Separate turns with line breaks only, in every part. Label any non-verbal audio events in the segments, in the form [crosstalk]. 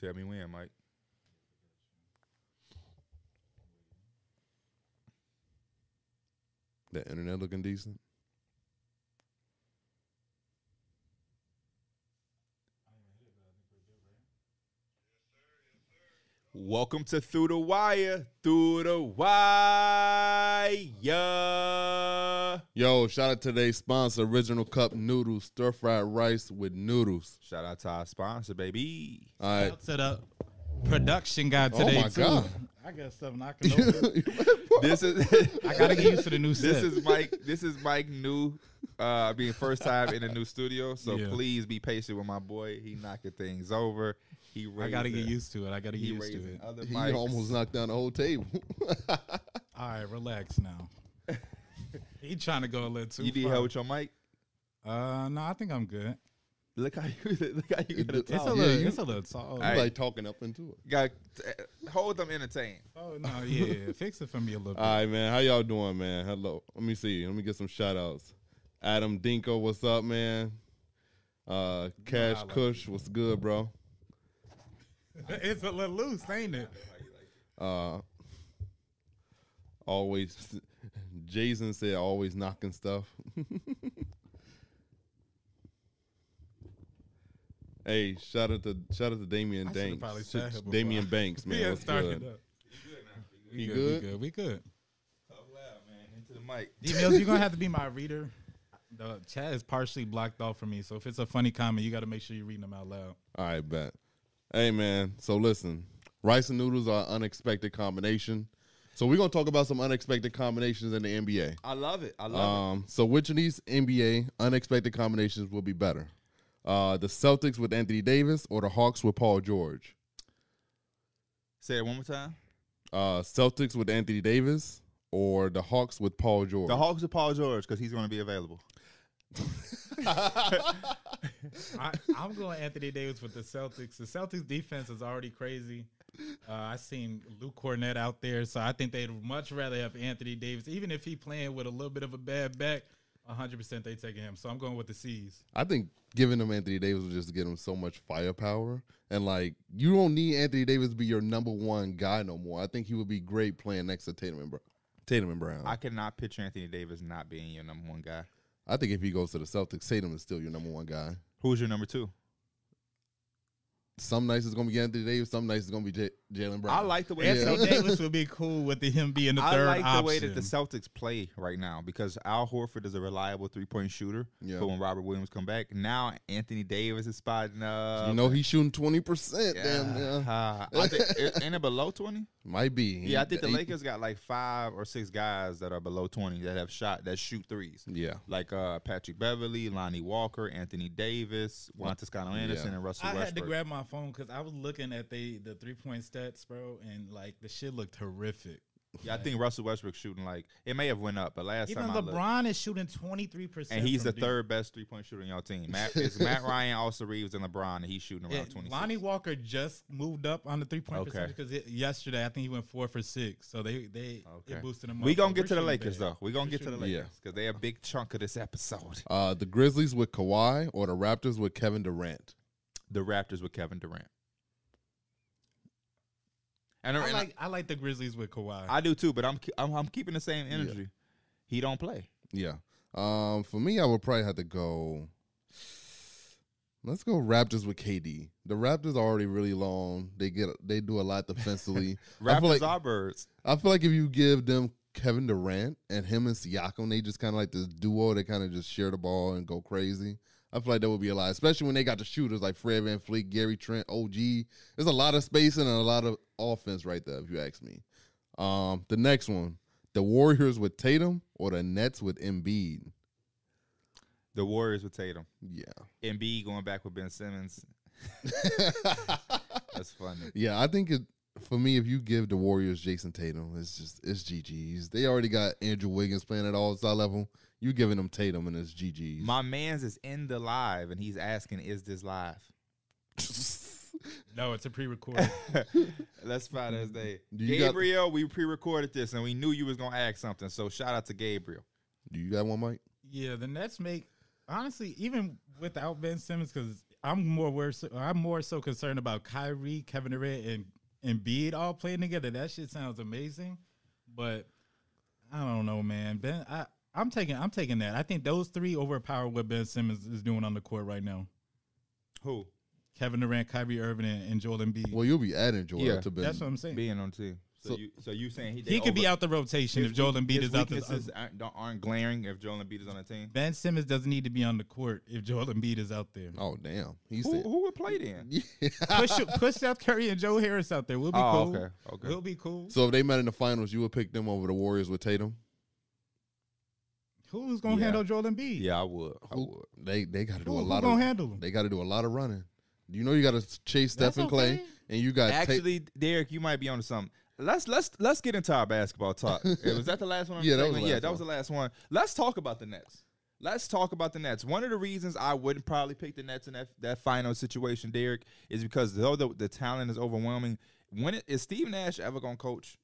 Tell me when, Mike.
That internet looking decent.
Welcome to Through the Wire. Through the Wire.
Yo, shout out to today's sponsor, Original Cup Noodles, stir fried rice with noodles.
Shout out to our sponsor, baby.
All right. [laughs]
Shout out to the production guy
Oh
today
my
too.
God.
I got something I
[laughs]
can over.
This is [laughs]
I gotta get used to the new set.
This is Mike. This is Mike new, uh, being first time in a new studio. So
Yeah.
please be patient with my boy. He knocking things over. He raising,
I gotta get used to it. I gotta
He
get used to
raising
it.
other
he
mics.
almost knocked down the whole table. [laughs]
All right, relax now.
[laughs]
he trying to go a little too
you need
far.
help with your mic?
Uh, no, I think I'm good.
Look how you [laughs] look how you got
It's
it.
It's
Oh,
a
yeah,
little,
you-
it's a little tall.
All right.
like talking up into it.
Got uh, hold them entertained.
Oh no, yeah, [laughs] fix it for me a little bit.
Uh,
All right, man. How y'all doing, man? Hello. Let me see. Let me get some shout outs. Adam Dinko, what's up, man? Uh, Cash
Nah, I like
Kush, what's good, bro?
[laughs] it's a little loose, ain't it?
Uh, always, [laughs] Jason said, always knocking stuff. [laughs] hey, shout out to shout out to Damian
I should've
Banks.
probably
Sh-
said that before.
Damian Banks,
we [laughs]
man.
had
what's
started
good?
up.
You
We
good?
We good. We good.
Talk loud, man. Into the mic.
D Mills, you're gonna have to be my reader. The chat is partially blocked off for me, so if it's a funny comment, you got to make sure you're reading them out loud.
All right, bet. Hey, man. So listen, rice and noodles are an unexpected combination. So we're gonna talk about some unexpected combinations in the NBA.
I love it. I love
Um, so which of these NBA unexpected combinations will be better? Uh, the Celtics with Anthony Davis or the Hawks with Paul George?
it. Say it one more time.
Uh, Celtics with Anthony Davis or the Hawks with Paul George?
The Hawks with Paul George because he's going to be available.
I, I'm going Anthony Davis with the Celtics. The Celtics defense is already crazy. Uh, I seen Luke Cornett out there, so I think they'd much rather have Anthony Davis, even if he playing with a little bit of a bad back. 100 percent they taking him, so I'm going with the C's.
I think giving them Anthony Davis would just get them so much firepower, and like you don't need Anthony Davis to be your number one guy no more. I think he would be great playing next to Tatum and Brown. Tatum and Brown.
I
I,
cannot picture Anthony Davis not being your number one guy.
think if he goes to the Celtics, Tatum is still your number one guy.
Who's your number two?
Some nights it's gonna be Anthony Davis. Some nights it's gonna be J- Jalen Brown.
I like the way
Yeah.
Anthony Davis would be cool with the, him being the
I
third
like the
option.
way that the Celtics play right now because Al Horford is a reliable three point shooter.
Yeah.
But when Robert Williams come back, now Anthony Davis is spotting up.
you know he's shooting twenty percent.
Yeah.
Damn, yeah.
Ah, [laughs] I think- i- ain't it below twenty?
might be.
Yeah, I think the
He-
Lakers got like five or six guys that are below twenty that have shot that shoot threes.
Yeah,
Like uh, Patrick Beverly, Lonnie Walker, Anthony Davis, Juan Toscano Anderson,
Yeah.
and Russell
I
Westbrook.
had to grab my phone because I was looking at the the three point stats, bro, and like the shit looked horrific.
yeah, I think Russell Westbrook shooting like it may have went up, but last
Even
time I looked,
LeBron is shooting twenty three percent,
and he's the third best three point shooter in your team. Matt, it's
[laughs]
Matt Ryan, also Reeves, and LeBron, and he's shooting
Yeah,
around twenty.
Lonnie Walker just moved up on the three point
Okay.
percentage because yesterday I think he went four for six, so they they
Okay.
it boosted him.
We
up.
gonna
So
get
we're
to the
shooting
Lakers
bad.
though. We gonna
We're
get to the
shooting
Lakers
bad.
because they a big chunk of this episode. [laughs]
uh, the Grizzlies with Kawhi or the Raptors with Kevin Durant.
The Raptors with Kevin Durant. And,
I
and
like I like the Grizzlies with Kawhi.
I, I do too, but I'm ke- I'm, I'm keeping the same energy. He don't play.
Yeah. Um, for me, I would probably have to go. Let's go Raptors with KD. The Raptors are already really long. They get they do
[laughs]
a lot defensively. I
Raptors
feel like
are birds.
I feel like if you give them Kevin Durant and him and Siakam, they just kind of like this duo. They kind of just share the ball and go crazy. I feel like that would be a lot, especially when they got the shooters like Fred Van Fleet, Gary Trent, OG. There's a lot of spacing and a lot of offense right there, if you ask me. Um, the next one, the Warriors with Tatum or the Nets with Embiid.
The Warriors with Tatum.
Yeah.
Embiid going back with Ben
[laughs]
Simmons. That's funny.
Yeah, I think it for me if you give the Warriors Jason Tatum, it's just it's GG's. They already got Andrew Wiggins playing at all star level. You giving them Tatum and it's GG's.
My man's is in the live, and he's asking, "Is this live?" [laughs]
no, it's a pre [laughs] recorded.
Let's find his day.
Do Mm-hmm. you got-
Gabriel, we pre-recorded this, and we knew you was gonna ask something. So shout out to Gabriel.
Do you got one, Mike?
yeah, the Nets make honestly even without Ben Simmons because I'm more worried. I'm more so concerned about Kyrie, Kevin Durant, and and Embiid all playing together. That shit sounds amazing, but I don't know, man. Ben, I I'm taking I'm taking that. I think those three overpower what Ben Simmons is doing on the court right now.
Who
Kevin Durant, Kyrie Irving, and, and Joel Embiid.
Well, you'll be adding Joel
Yeah,
to Ben.
That's what I'm saying.
being on team? So,
So-
you so you saying he
He could be out the rotation if Joel Embiid is out the. uh,
Weaknesses aren't, don't- aren't glaring if Joel Embiid is on the team.
ben Simmons doesn't need to be on the court if Joel Embiid is out there.
oh damn, he
Who,
said. [laughs]
who would play then?
Push push Seth Curry and Joe Harris out there. We'll be
Oh,
cool.
okay, okay.
We'll be cool.
so if they met in the finals, you would pick them over the Warriors with Tatum.
Who's gonna
Yeah.
handle Joel Embiid?
Yeah, I would. I
Who-
would.
They they got to do
Who,
a
who
lot
gonna
of
handle him?
they got to do a lot of running. You know you got to chase
That's
Steph and Clay,
okay.
and you got Ta- [laughs]
Actually, Derek, you might be onto something. Let's let's let's get into our basketball
[laughs]
talk. Eh, was that the last one? on the
Yeah, that was
segment?
the
yeah,
last
that was the
one.
last one. Let's talk about the Nets. Let's talk about the Nets. One of the reasons I wouldn't probably pick the Nets in that that final situation, Derek, is because though the, the talent is overwhelming. When it, is Steve Nash ever gonna coach?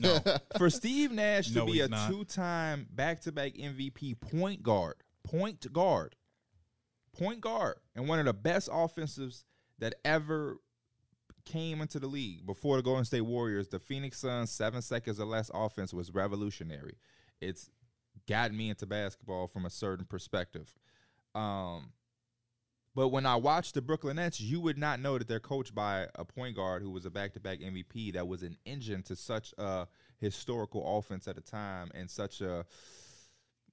No.
For Steve Nash to
No,
be
he's
a
not.
two-time back-to-back MVP point guard, point guard, point guard, and one of the best offensives that ever came into the league before the Golden State Warriors, the Phoenix Suns' seven seconds or less offense was revolutionary. It's gotten me into basketball from a certain perspective. Um, but when I watched the Brooklyn Nets, you would not know that they're coached by a point guard who was a back-to-back MVP that was an engine to such a historical offense at the time and such a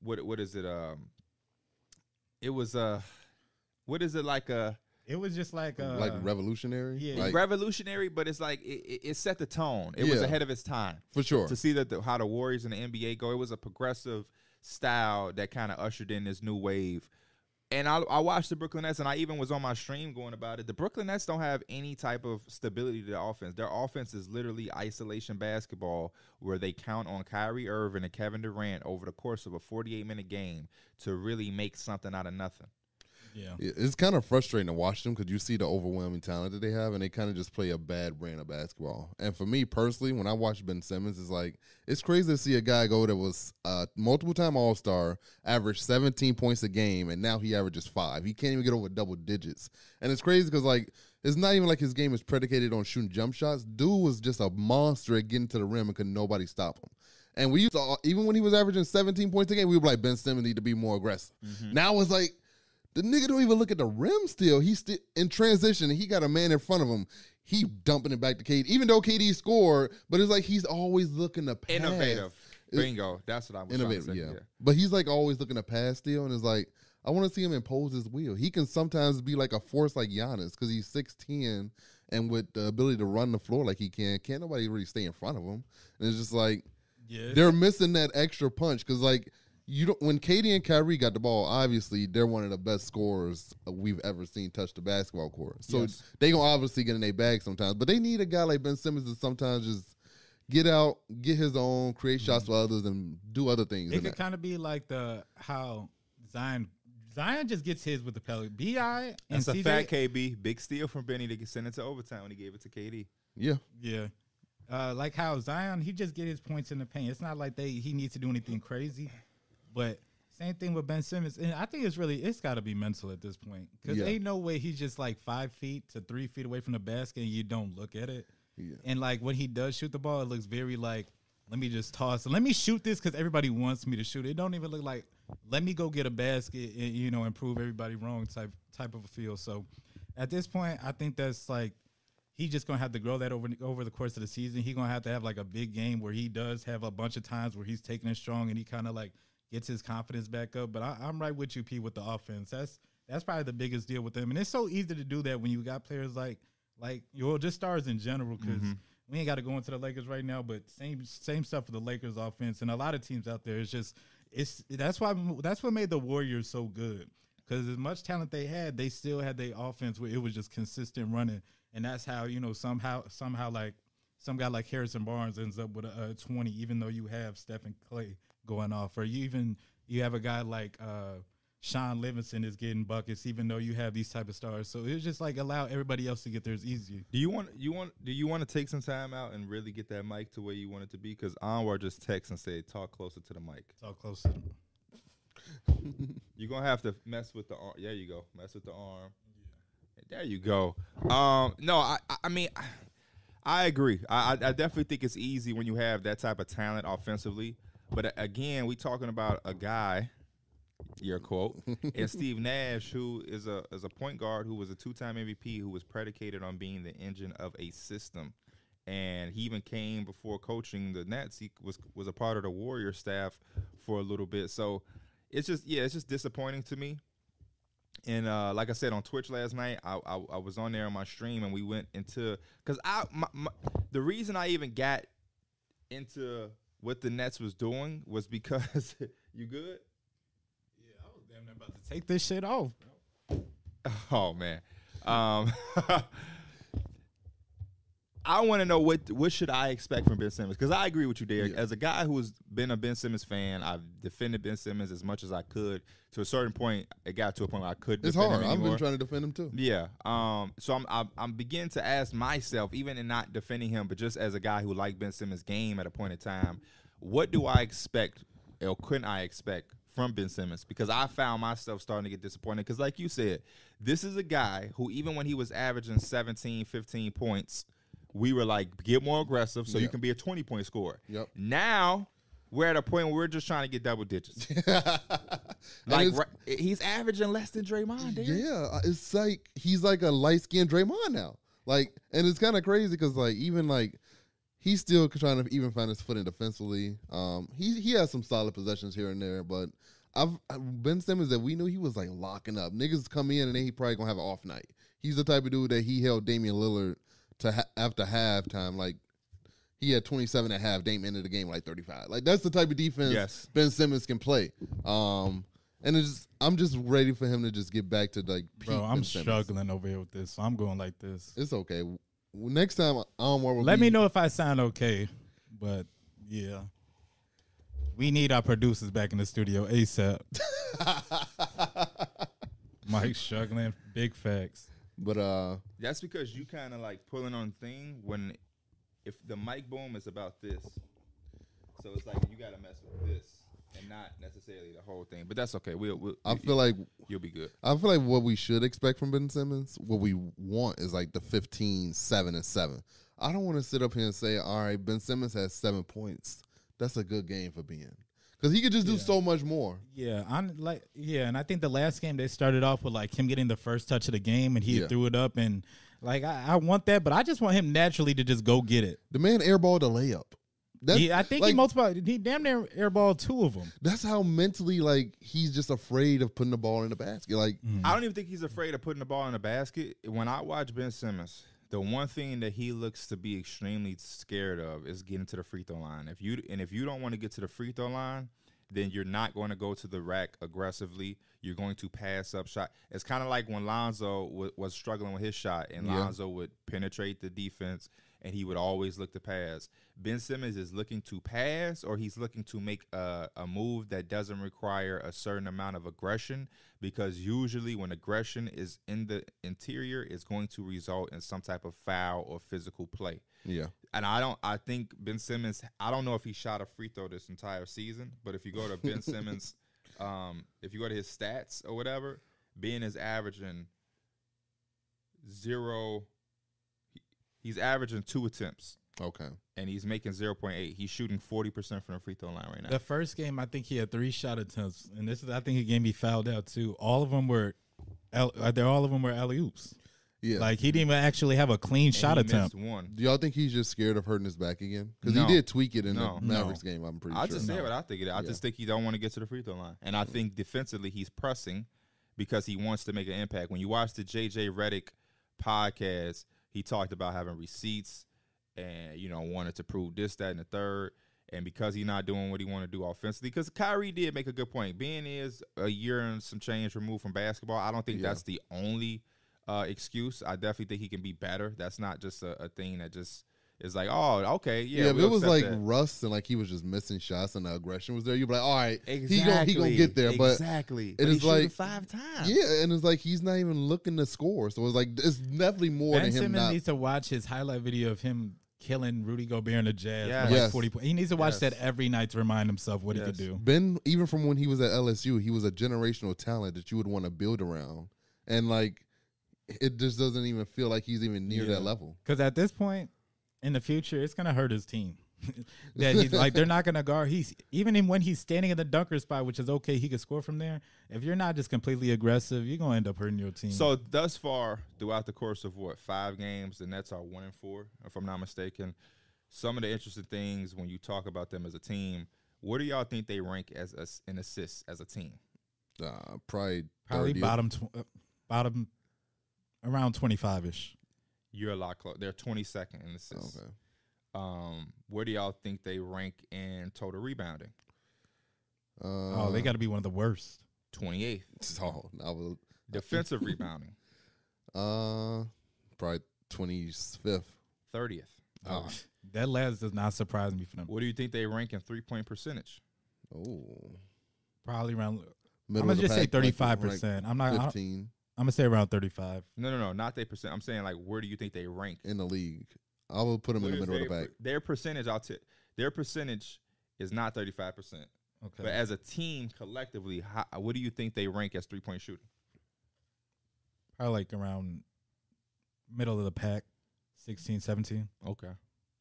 what what is it um it was a what is it like uh, a
It was just like uh,
like revolutionary.
yeah.
like,
revolutionary but it's like it, it, it set the tone it was
Yeah.
ahead of its time
for sure.
to see that the, how the Warriors and the NBA go. It was a progressive style that kind of ushered in this new wave. And I, I watched the Brooklyn Nets, and I even was on my stream going about it. The Brooklyn Nets don't have any type of stability to their offense. Their offense is literally isolation basketball, where they count on Kyrie Irving and Kevin Durant over the course of a 48 minute game to really make something out of nothing.
yeah.
Yeah, It's kind of frustrating to watch them because you see the overwhelming talent that they have, and they kind of just play a bad brand of basketball. And for me personally, when I watch Ben Simmons, it's like it's crazy to see a guy go that was uh, a multiple-time All Star, averaged 17 points a game, and now he averages five. He can't even get over double digits, and it's crazy because like it's not even like his game is predicated on shooting jump shots. Dude was just a monster at getting to the rim, and could nobody stop him. And we used to even when he was averaging 17 points a game, we were like Ben Simmons need to be more aggressive.
Mm-hmm.
Now it's like the nigga don't even look at the rim still. He's still in transition. and He got a man in front of him. He dumping it back to KD, even though KD scored, but it's like he's always looking to pass.
Innovative.
It's-
Bingo. That's what I was
Innovative,
trying to
yeah.
say.
But he's like always looking to pass still, and it's like, I want to see him impose his will. He can sometimes be like a force like Giannis because he's 6'10 and with the ability to run the floor like he can. Can't nobody really stay in front of him. And it's just like,
Yeah.
they're missing that extra punch because like you don't when Katie and Kyrie got the ball, obviously they're one of the best scorers uh, we've ever seen touch the basketball court. So
Yes.
they gonna obviously get in their bag sometimes, but they need a guy like Ben Simmons to sometimes just get out, get his own, create shots
Mm-hmm.
for others, and do other things.
It
in
could
that.
kind of be like the how Zion Zion just gets his with the Pelicans. Bi and
That's a
CJ,
fat KB. Big steal from Benny to send it to overtime when he gave it to KD.
yeah,
yeah. Uh, like how Zion, he just get his points in the paint. It's not like they he needs to do anything crazy, but same thing with Ben Simmons. And I think it's really it's got to be mental at this point because
Yeah.
ain't no way he's just like five feet to three feet away from the basket and you don't look at it.
yeah.
And like when he does shoot the ball, it looks very like, let me just toss. Let me shoot this because everybody wants me to shoot. It don't even look like let me go get a basket and you know and prove everybody wrong type type of a feel. So at this point, I think that's like he just gonna have to grow that over over the course of the season. He gonna have to have like a big game where he does have a bunch of times where he's taking it strong and he kind of like gets his confidence back up. But I, I'm right with you, P, with the offense. That's that's probably the biggest deal with them, and it's so easy to do that when you got players like like well, just stars in general because we ain't got to go into the Lakers right now. But same same stuff with the Lakers offense and a lot of teams out there. It's just it's that's why that's what made the Warriors so good because as much talent they had, they still had their offense where it was just consistent running, and that's how you know somehow somehow like some guy like Harrison Barnes ends up with a, a twenty, even though you have Stephen Clay going off, or you even you have a guy like. uh Sean Livingston is getting buckets, even though you have these type of stars. So it's just like allow everybody else to get theirs easier.
Do you want you want do you want to take some time out and really get that mic to where you want it to be? Because Anwar just texted and said, "Talk closer to the mic."
Talk close to them.
You're gonna have to mess with the arm. Yeah, you go mess with the arm. There you go. Um, no, I, I- I mean, I agree. I, I I definitely think it's easy when you have that type of talent offensively. But a- again, we talking about a guy, your quote, [laughs] and Steve Nash, who is a is a point guard who was a two time MVP, who was predicated on being the engine of a system. And he even came before coaching the Nets. He was was a part of the Warrior staff for a little bit. So it's just yeah, it's just disappointing to me and uh, like I said on Twitch last night, I, I I was on there on my stream and we went into because I my, my, the reason I even got into what the Nets was doing was because [laughs] you good?
Yeah, I was damn near about to take this shit off. Bro.
[laughs] Oh man, um, [laughs] I want to know what what should I expect from Ben Simmons because I agree with you, Derek.
Yeah.
As a guy who's been a Ben Simmons fan, I've defended Ben Simmons as much as I could. To a certain point, it got to a point where I couldn't.
It's
defend
hard.
Him
I've
anymore.
been trying to defend him too. [laughs]
Yeah. Um. So I'm I'm, I'm beginning to ask myself, even in not defending him, but just as a guy who liked Ben Simmons' game at a point in time, what do I expect, or couldn't I expect from Ben Simmons? Because I found myself starting to get disappointed. Because like you said, this is a guy who even when he was averaging 17, 15 points, we were like, get more aggressive so you
Yeah.
can be a 20 point scorer.
Yep.
Now. We're at a point where we're just trying to get double
[laughs]
digits.
And
Like
it's-
right, he's averaging less than Draymond. Derek.
Yeah, uh, it's like he's like a light skinned Draymond now. Like, and it's kind of crazy because like even like he's still trying to even find his footing defensively. Um, he he has some solid possessions here and there, but I've I- Ben Simmons that we knew he was like locking up niggas come in and then he probably gonna have an off night. He's the type of dude that he held Damian Lillard to ha- after halftime like. He had 27 and a half. Dame ended the game like 35. Like that's the type of defense
Yes.
Ben Simmons can play. Um, and it's just, I'm just ready for him to just get back to like. peak
Bro, I'm
Ben Simmons.
struggling over here with this, so I'm going like this.
It's okay. W- Next time, Omar will
Let
be-
me know if I sound okay, but yeah. We need our producers back in the studio ASAP. Mike struggling, big facts.
But uh,
That's because you kind of like pulling on thing when if the mic boom is about this. So it's like you got to mess with this and not necessarily the whole thing. But that's okay. We'll, we'll
I feel like
you'll be good.
I feel like what we should expect from Ben Simmons, what we want is like the 15, 7, and 7. I don't want to sit up here and say, all right, Ben Simmons has seven points. That's a good game for Ben. Because he could just do
Yeah.
so much more.
Yeah, I'm like yeah, and I think the last game they started off with like him getting the first touch of the game and he
Yeah.
threw it up and like I, I want that, but I just want him naturally to just go get it.
The man airballed a layup. That's,
Yeah, I think he
like,
multiplied he damn near airballed two of them.
that's how mentally like he's just afraid of putting the ball in the basket. Like
I don't even think he's afraid of putting the ball in the basket. When I watch Ben Simmons, the one thing that he looks to be extremely scared of is getting to the free throw line. If you and if you don't want to get to the free throw line, then you're not going to go to the rack aggressively. You're going to pass up shot. It's kind of like when Lonzo wa- was struggling with his shot, and
Yeah.
Lonzo would penetrate the defense, and he would always look to pass. Ben Simmons is looking to pass, or he's looking to make a, a move that doesn't require a certain amount of aggression, because usually when aggression is in the interior, it's going to result in some type of foul or physical play
yeah.
and I don't. I think Ben Simmons. I don't know if he shot a free throw this entire season, but if you go to
[laughs]
Ben Simmons, um, if you go to his stats or whatever, Ben is averaging zero. he- He's averaging two attempts,
Okay.
and he's making zero point eight. He's shooting forty percent from the free throw line right now.
The first game, I think he had three shot attempts, and this is I think he game he fouled out too. All of them were, el- uh, they're all of them were alley oops.
Yeah.
Like he didn't even actually have a clean
And
shot
he
attempt.
missed one.
Do y'all think he's just scared of hurting his back again? Because
No.
he did tweak it in
No.
the Mavericks game. I'm pretty
I
sure.
just said what I think. It, is. I
Yeah.
just think he don't want to get to the free throw line, and I think defensively he's pressing because he wants to make an impact. When you watch the JJ Reddick podcast, he talked about having receipts and you know wanted to prove this, that, and the third. And because he's not doing what he want to do offensively, because Kyrie did make a good point. Being is a year and some change removed from basketball, I don't think
Yeah.
that's the only uh, excuse. I definitely think he can be better. That's not just a, a thing that just is like, oh, okay, yeah.
Yeah, if
we'll
it was
accept
like
that.
rust and like he was just missing shots and the aggression was there, you'd be like, all right,
Exactly.
he gonna he gonna get there. But
exactly.
But is he shooting like-
five times.
yeah, and it's like he's not even looking to score. So it's like it's definitely more
ben
than him
Simmons
not.
needs to watch his highlight video of him killing Rudy Gobert in the Jazz.
Yes.
for like
Yes.
forty points. He needs to watch
Yes.
that every night to remind himself what he could
Yes.
do.
Ben, even from when he was at LSU, he was a generational talent that you would want to build around. And like it just doesn't even feel like he's even near
Yeah.
that level.
Because at this point in the future, it's gonna hurt his team. [laughs] that he's like they're not gonna guard. He's even in when he's standing in the dunker spot, which is okay. He can score from there. If you're not just completely aggressive, you're gonna end up hurting your team.
So thus far, throughout the course of what five games, the Nets are one and four, if I'm not mistaken. Some of the interesting things when you talk about them as a team, where do y'all think they rank as as- in assists as a team?
Uh, probably
probably
30th.
bottom tw- uh, bottom around twenty five ish.
You're a lot closer. They're 22nd in assists.
Okay.
Um, where do y'all think they rank in total rebounding?
Uh,
Oh, they got to be one of the worst.
28th.
Oh, I was [laughs]
Defensive rebounding,
uh, probably twenty fifth.
30th.
Oh,
That last does not surprise me for them.
What do you think they rank in three point percentage?
oh.
Probably around.
Middle
I'm
of
gonna
the
just say
pack,
thirty
like,
five
rank
percent. I'm not. I don't-
Fifteen
I'm gonna say around thirty five.
No, no, no, not they percent. I'm saying like, where do you think they rank?
in the league. I would put him in
What
the
is
middle of the
their,
pack.
Their percentage, I'll tip. Their percentage is not thirty five percent,
Okay.
but as a team collectively, how, what do you think they rank as three point shooting?
probably like around middle of the pack 16 17
Okay,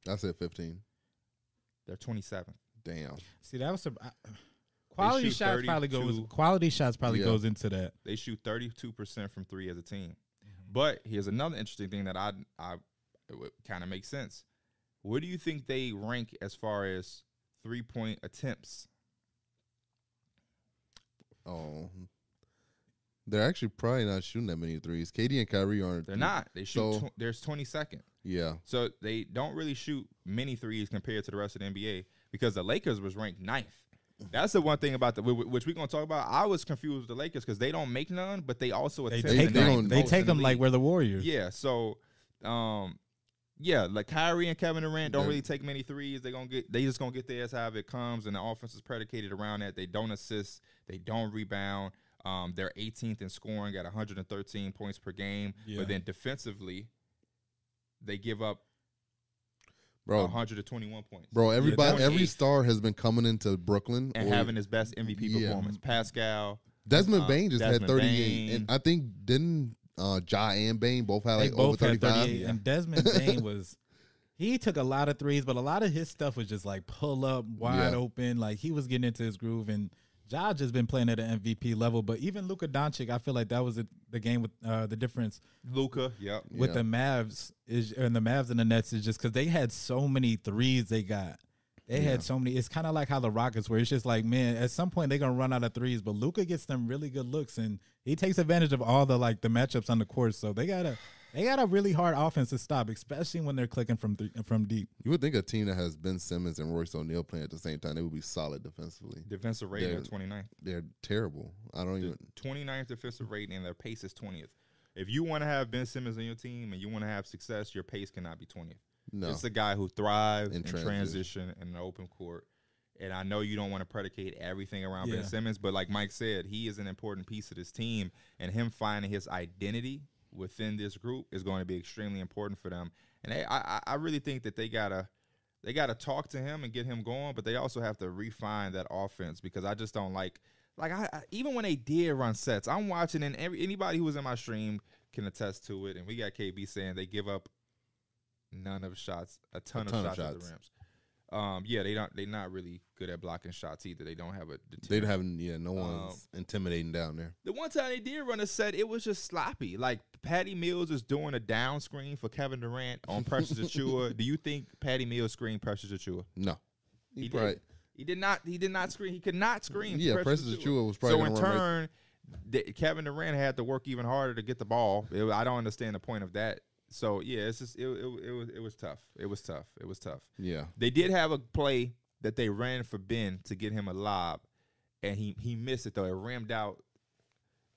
I said fifteen.
they're twenty seventh.
Damn.
see that was some I, quality
shoot
shots probably goes
32.
quality shots probably
Yeah.
goes into that
They shoot thirty two percent from three as a team. But here's another interesting thing that I I it would kind of makes sense. Where do you think they rank as far as three point attempts?
Oh, they're actually probably not shooting that many threes. Katie and Kyrie aren't.
They're not. They shoot.
So-
tw- there's twenty second.
Yeah.
So they don't really shoot many threes compared to the rest of the NBA because the Lakers was ranked ninth. That's the one thing about the wh- wh- which we're gonna talk about. I was confused with the Lakers because they don't make none, but they also
they
attempt
take
the
take
them-
ninth
them
don't-
they
most
take
in the
them like
league.
we're the warriors
yeah. So, um, yeah, like Kyrie and Kevin Durant don't
They're-
really take many threes. They gonna get they just gonna get theirs however it comes, and the offense is predicated around that. They don't assist, they don't rebound. Um, they're 18th in scoring at 113 points per game,
Yeah.
but then defensively, they give up
Bro,
121 points.
Bro, everybody,
that was
every
eighth.
star has been coming into Brooklyn.
and
or-
having his best MVP
Yeah.
performance. Pascal,
Desmond
uh,
Bain just had
Desmond
38, and
Bain.
I think didn't uh, Ja and Bain both had
they
like over
both had
35.
38 and desmond bain was he took a lot of threes but a lot of his stuff was just like pull up wide
Yeah.
open like he was getting into his groove and Judge has been playing at an MVP level, but even Luka Doncic, I feel like that was the, the game with uh, the difference
Luca, yep.
with
Yeah.
the Mavs is and the Mavs and the Nets is just because they had so many threes they got. They
Yeah.
had so many. It's kind of like how the Rockets were. It's just like, man, at some point they're gonna run out of threes. But Luca gets them really good looks, and he takes advantage of all the like the matchups on the court. So they got a they got a really hard offense to stop, especially when they're clicking from th- from deep.
You would think a team that has Ben Simmons and Royce O'Neal playing at the same time, they would be solid defensively.
Defensive rating
Yeah.
at 29th.
They're terrible. I don't
The
even.
29th defensive rating and their pace is 20th. If you want to have Ben Simmons on your team and you want to have success, your pace cannot be 20th.
No.
It's a guy who thrives
In
in,
transition.
transition. in an open court. And I know you don't want to predicate everything around
Yeah.
Ben Simmons, but like Mike said, he is an important piece of this team, and him finding his identity within this group is going to be extremely important for them. And they, I, I- I really think that they gotta, they gotta talk to him and get him going, but they also have to refine that offense because I just don't like, like I, I even when they did run sets, I'm watching and every anybody who was in my stream can attest to it. And we got KB saying they give up none of shots, a ton,
ton
of,
of
shots, at
shots.
the rims. Um, yeah, they don't. They're not really good at blocking shots either. They don't have a. Um,
They'd
deterrent.
have, yeah, no one's intimidating down there.
the one time they did run a set, it was just sloppy. Like Patty Mills is doing a down screen for Kevin Durant on pressure
[laughs]
to Chua. Do you think Patty Mills screen pressure to Chua?
No. He,
He did.
probably.
He did not. He did not screen. He could not screen.
Yeah,
Precious
Precious
Achiuwa.
Achiuwa was probably
so.
gonna
In
run right-
turn, th- Kevin Durant had to work even harder to get the ball. It, I don't understand the point of that. So yeah, it's just it, it, it was it was tough. It was tough. It was tough.
Yeah. [laughs]
They did have a play that they ran for Ben to get him a lob, and he he missed it though. It rammed out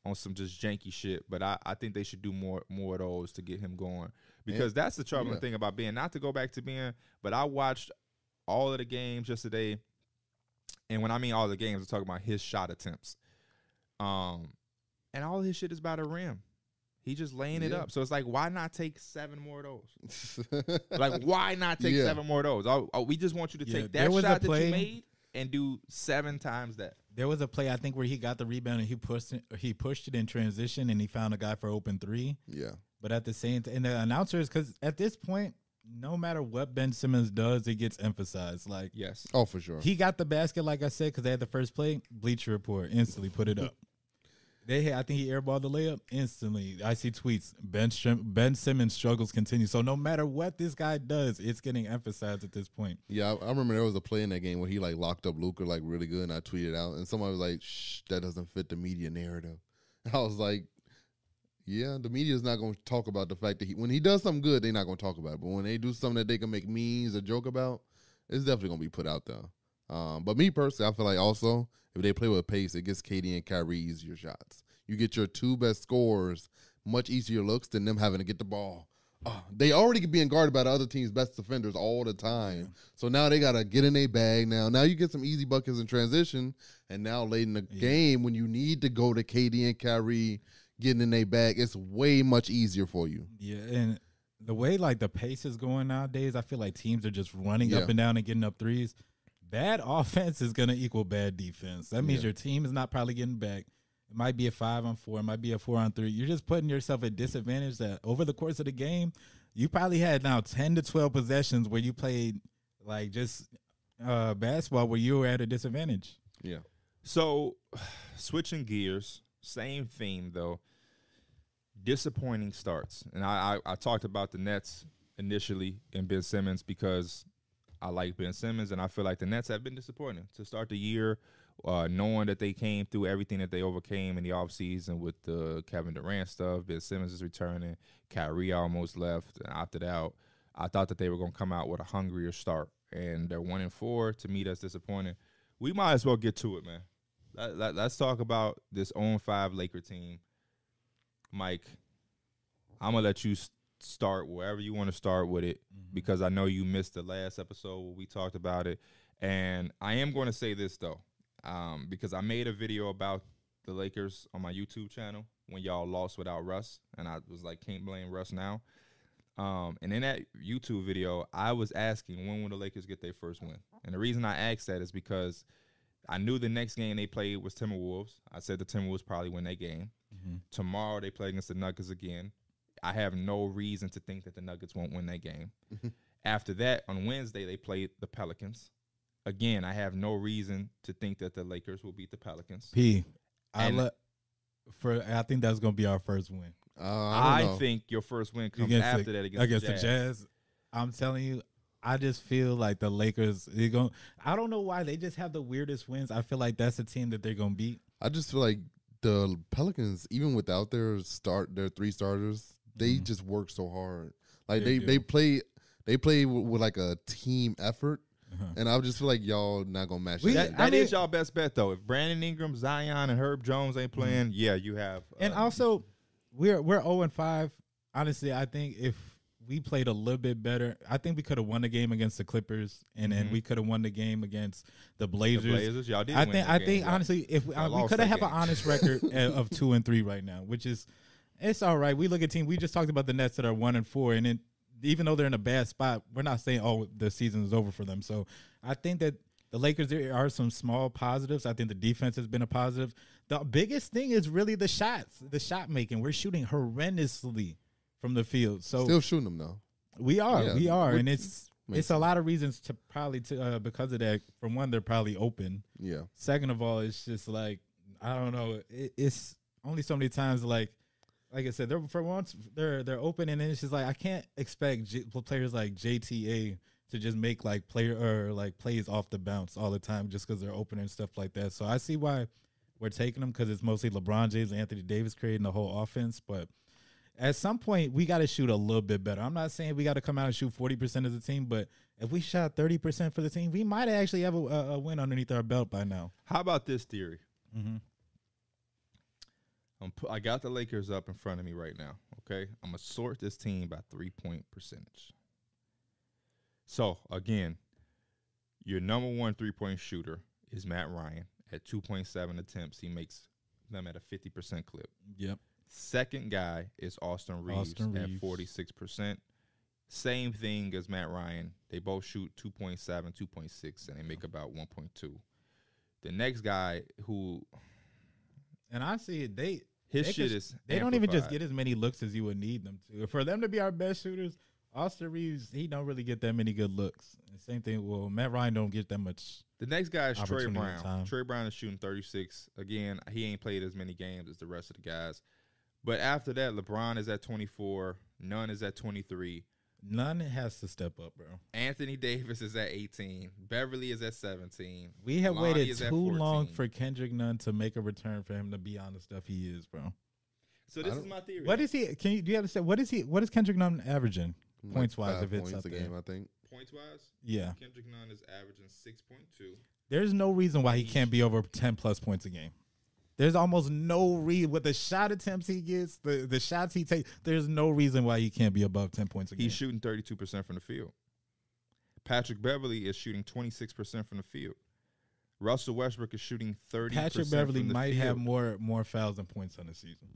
on some just janky shit. But I, I think they should do more more of those to get him going because that's the troubling
yeah.
thing about Ben. Not to go back to Ben, but I watched all of the games yesterday, and when I mean all the games, I'm talking about his shot attempts. Um, and all his shit is by the rim. He just laying it
Yeah.
up. So it's like, why not take seven more of those? Like, why not take
Yeah.
seven more of those? Oh, oh, we just want you to
Yeah,
take
there
that
was a
shot that
play-
you made and do seven times that.
There was a play I think where he got the rebound and he pushed it, he pushed it in transition and he found a guy for open three.
Yeah.
But at the same time, and the announcers, because at this point, no matter what Ben Simmons does, it gets emphasized. Like
Yes.
Oh, for sure.
he got the basket, like I said, because they had the first play. Bleacher Report instantly put it up. They had, I think he airballed the layup instantly. I see tweets. Ben Shrim- Ben Simmons struggles continue. So no matter what this guy does, it's getting emphasized at this point.
yeah, I, I remember there was a play in that game where he like locked up Luca like really good, and I tweeted out, and somebody was like, "Shh, that doesn't fit the media narrative." [laughs] And I was like, "Yeah, the media's not going to talk about the fact that he, when he does something good, they're not going to talk about it. But when they do something that they can make memes or joke about, it's definitely going to be put out there." Um, but me personally, I feel like also if they play with pace, it gets Katie and Kyrie easier shots. You get your two best scorers much easier looks than them having to get the ball. Ah, they already being guarded by the other team's best defenders all the time. So now they gotta get in a bag. Now, now you get some easy buckets in transition, and now late in the
Yeah.
game when you need to go to KD and Kyrie getting in a bag, it's way much easier for you.
Yeah, and the way like the pace is going nowadays, I feel like teams are just running
Yeah.
up and down and getting up threes. Bad [laughs] offense is gonna equal bad defense. That means
Yeah.
your team is not probably getting back. It might be a five on four, it might be a four on three. You're just putting yourself at disadvantage that over the course of the game, you probably had now ten to twelve possessions where you played like just uh basketball where you were at a disadvantage.
Yeah,
So, [sighs] switching gears, same theme though. Disappointing starts, and I, I I talked about the Nets initially and Ben Simmons because I like Ben Simmons, and I feel like the Nets have been disappointing to start the year, uh, knowing that they came through everything that they overcame in the offseason with the Kevin Durant stuff. Ben Simmons is returning, Kyrie almost left and opted out. I thought that they were going to come out with a hungrier start, and they're one and four. To me, that's disappointing. We might as well get to it, man. Let, let, let's talk about this own five Laker team. Mike, I'm gonna let you s- start wherever you want to start with it because I know you missed the last episode where we talked about it. And I am going to say this though, um, because I made a video about the Lakers on my YouTube channel when y'all lost without Russ, and I was like, can't blame Russ now. Um, and in that YouTube video, I was asking when will the Lakers get their first win, and the reason I asked that is because I knew the next game they played was Timberwolves. I said the Timberwolves probably win that game.
Mm-hmm.
Mhm.
Tomorrow they play against the Nuggets again. I have no reason to think that the Nuggets won't win that game.
Mm-hmm.
After that, on Wednesday they play the Pelicans. Again, I have no reason to think that the Lakers will beat the Pelicans.
P. I
And-
let for I think that's gonna be our first win.
uh, I,
I,
don't know.
think your first win comes
Against
after
the-
that
I
against,
guess
the Jazz.
I'm telling you, I just feel like the Lakers. They going I don't know why they just have the weirdest wins. I feel like that's the team that they're gonna beat.
I just feel like the Pelicans, even without their start, their three starters, they
Mhm.
just work so hard. Like
They
they
do.
they play they play with, with like a team effort,
Uh-huh.
and I just feel like y'all not gonna match
We-
that.
That,
I
that is
mean-
y'all best bet though. If Brandon Ingram, Zion, and Herb Jones ain't playing, yeah, you have.
And
uh,
also, we're we're zero and five. Honestly, I think if we played a little bit better, I think we could have won the game against the Clippers, and then
Mhm.
we could have won the game against the
the
Blazers.
Blazers, y'all did.
I
win
think
that
I
game,
think
y'all.
honestly, if we,
Y'all
uh, we
lost
could
that
have have an
game.
honest
[laughs]
record uh, of two and three right now, which is it's all right. We look at team. We just talked about the Nets that are one and four, and then even though they're in a bad spot, we're not saying oh the season is over for them. So I think that the Lakers there are some small positives. I think the defense has been a positive. The biggest thing is really the shots, the shot making. We're shooting horrendously from the field. So
Still shooting them though.
we are,
Yeah,
we are,
which
and it's
makes
it's a lot of reasons to probably to uh, because of that. For one, they're probably open.
Yeah,
Second of all, it's just like I don't know. It, it's only so many times. Like, like I said, they're for once they're they're open, and then it's just like I can't expect J- players like JTA to just make like player or like plays off the bounce all the time just because they're open and stuff like that. So I see why we're taking them because it's mostly LeBron James and Anthony Davis creating the whole offense, but. At some point, we got to shoot a little bit better. I'm not saying we got to come out and shoot 40% as a team, but if we shot 30% for the team, we might actually have a, a, a win underneath our belt by now.
How about this theory?
Mm-hmm.
I'm pu- I got the Lakers up in front of me right now. Okay, I'm gonna sort this team by three point percentage. So again, your number one three point shooter is Matt Ryan at 2.7 attempts. He makes them at a 50 percent clip.
Yep.
Second guy is Austin Reeves,
Austin Reeves.
at 46 percent. Same thing
Uh-huh.
as Matt Ryan. They both shoot 2.7, 2.6, and they make about 1.2. The next guy who
And I see it. They
his
They
shit
could-
is
they don't even just
amplified.
get as many looks as you would need them to. For them to be our best shooters, Austin Reeves he don't really get that many good looks. And same thing. Well, Matt Ryan don't get that much.
The next guy is Trey
opportunity
Brown.
time.
Trey Brown is shooting 36. Again, he ain't played as many games as the rest of the guys. But after that, LeBron is at 24. Nunn is at 23.
None has to step up, bro.
Anthony Davis is at 18. Beverly is at 17.
We have
Lonnie
waited
is at
too long
14.
for Kendrick Nunn to make a return for him to be on the stuff he is, bro.
So
I
this is
don't-
my theory.
What is he? Can you do you understand? What is he? What is Kendrick Nunn averaging?
Like
Points-wise,
five
if it's
points
up
a
there.
game, I think.
points wise?
Yeah,
Kendrick Nunn is averaging 6.2.
there's no reason why he can't be over ten plus points a game. There's almost no reason with the shot attempts he gets, the the shots he takes. There's no reason why he can't be above ten points a game.
He's shooting 32% from the field. Patrick Beverly is shooting 26% from the field. Russell Westbrook is shooting 30%.
Patrick Beverly
from the
might
field.
have more more fouls than points on the season.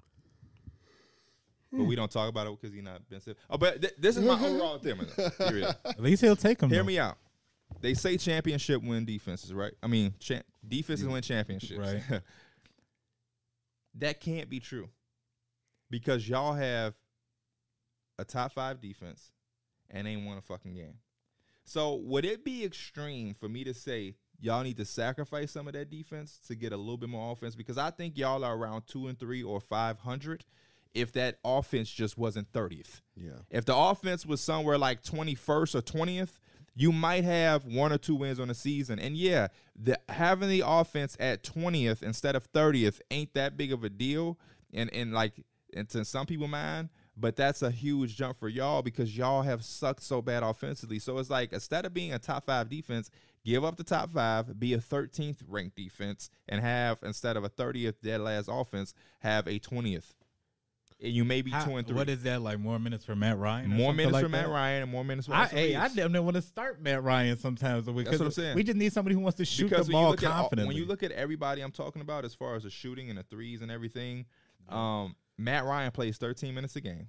but we don't talk about it because he's not been. Said. Oh, but th-
[laughs]
this is my overall theory. Period.
At least he'll take them.
Hear me out. They say championship win defenses, right? I mean, cha- defenses win championships.
Right.
[laughs] that can't be true because y'all have a top five defense and ain't won a fucking game. So would it be extreme for me to say y'all need to sacrifice some of that defense to get a little bit more offense? Because I think y'all are around two and three or five hundred if that offense just wasn't thirtieth.
Yeah.
If the offense was somewhere like 21st or 20th, you might have one or two wins on the season. And yeah, the having the offense at 20th instead of 30th ain't that big of a deal and and like and to some people mind, but that's a huge jump for y'all because y'all have sucked so bad offensively. So it's like instead of being a top 5 defense, give up the top 5, be a 13th ranked defense and have instead of a 30th dead last offense, have a 20th. And you may be
How-
2 and 3.
What is that like? More minutes for Matt Ryan? or
More
something
minutes
like
for Matt
that?
Ryan and more minutes for
I,
Austin
hey, I
Reeves.
damn near want to start Matt Ryan sometimes. because
what I'm saying.
We just need somebody who wants to shoot
because
the
when you
ball
look at all-
confidently.
when you look at everybody I'm talking about as far as the shooting and the threes and everything, um, Matt Ryan plays 13 minutes a game.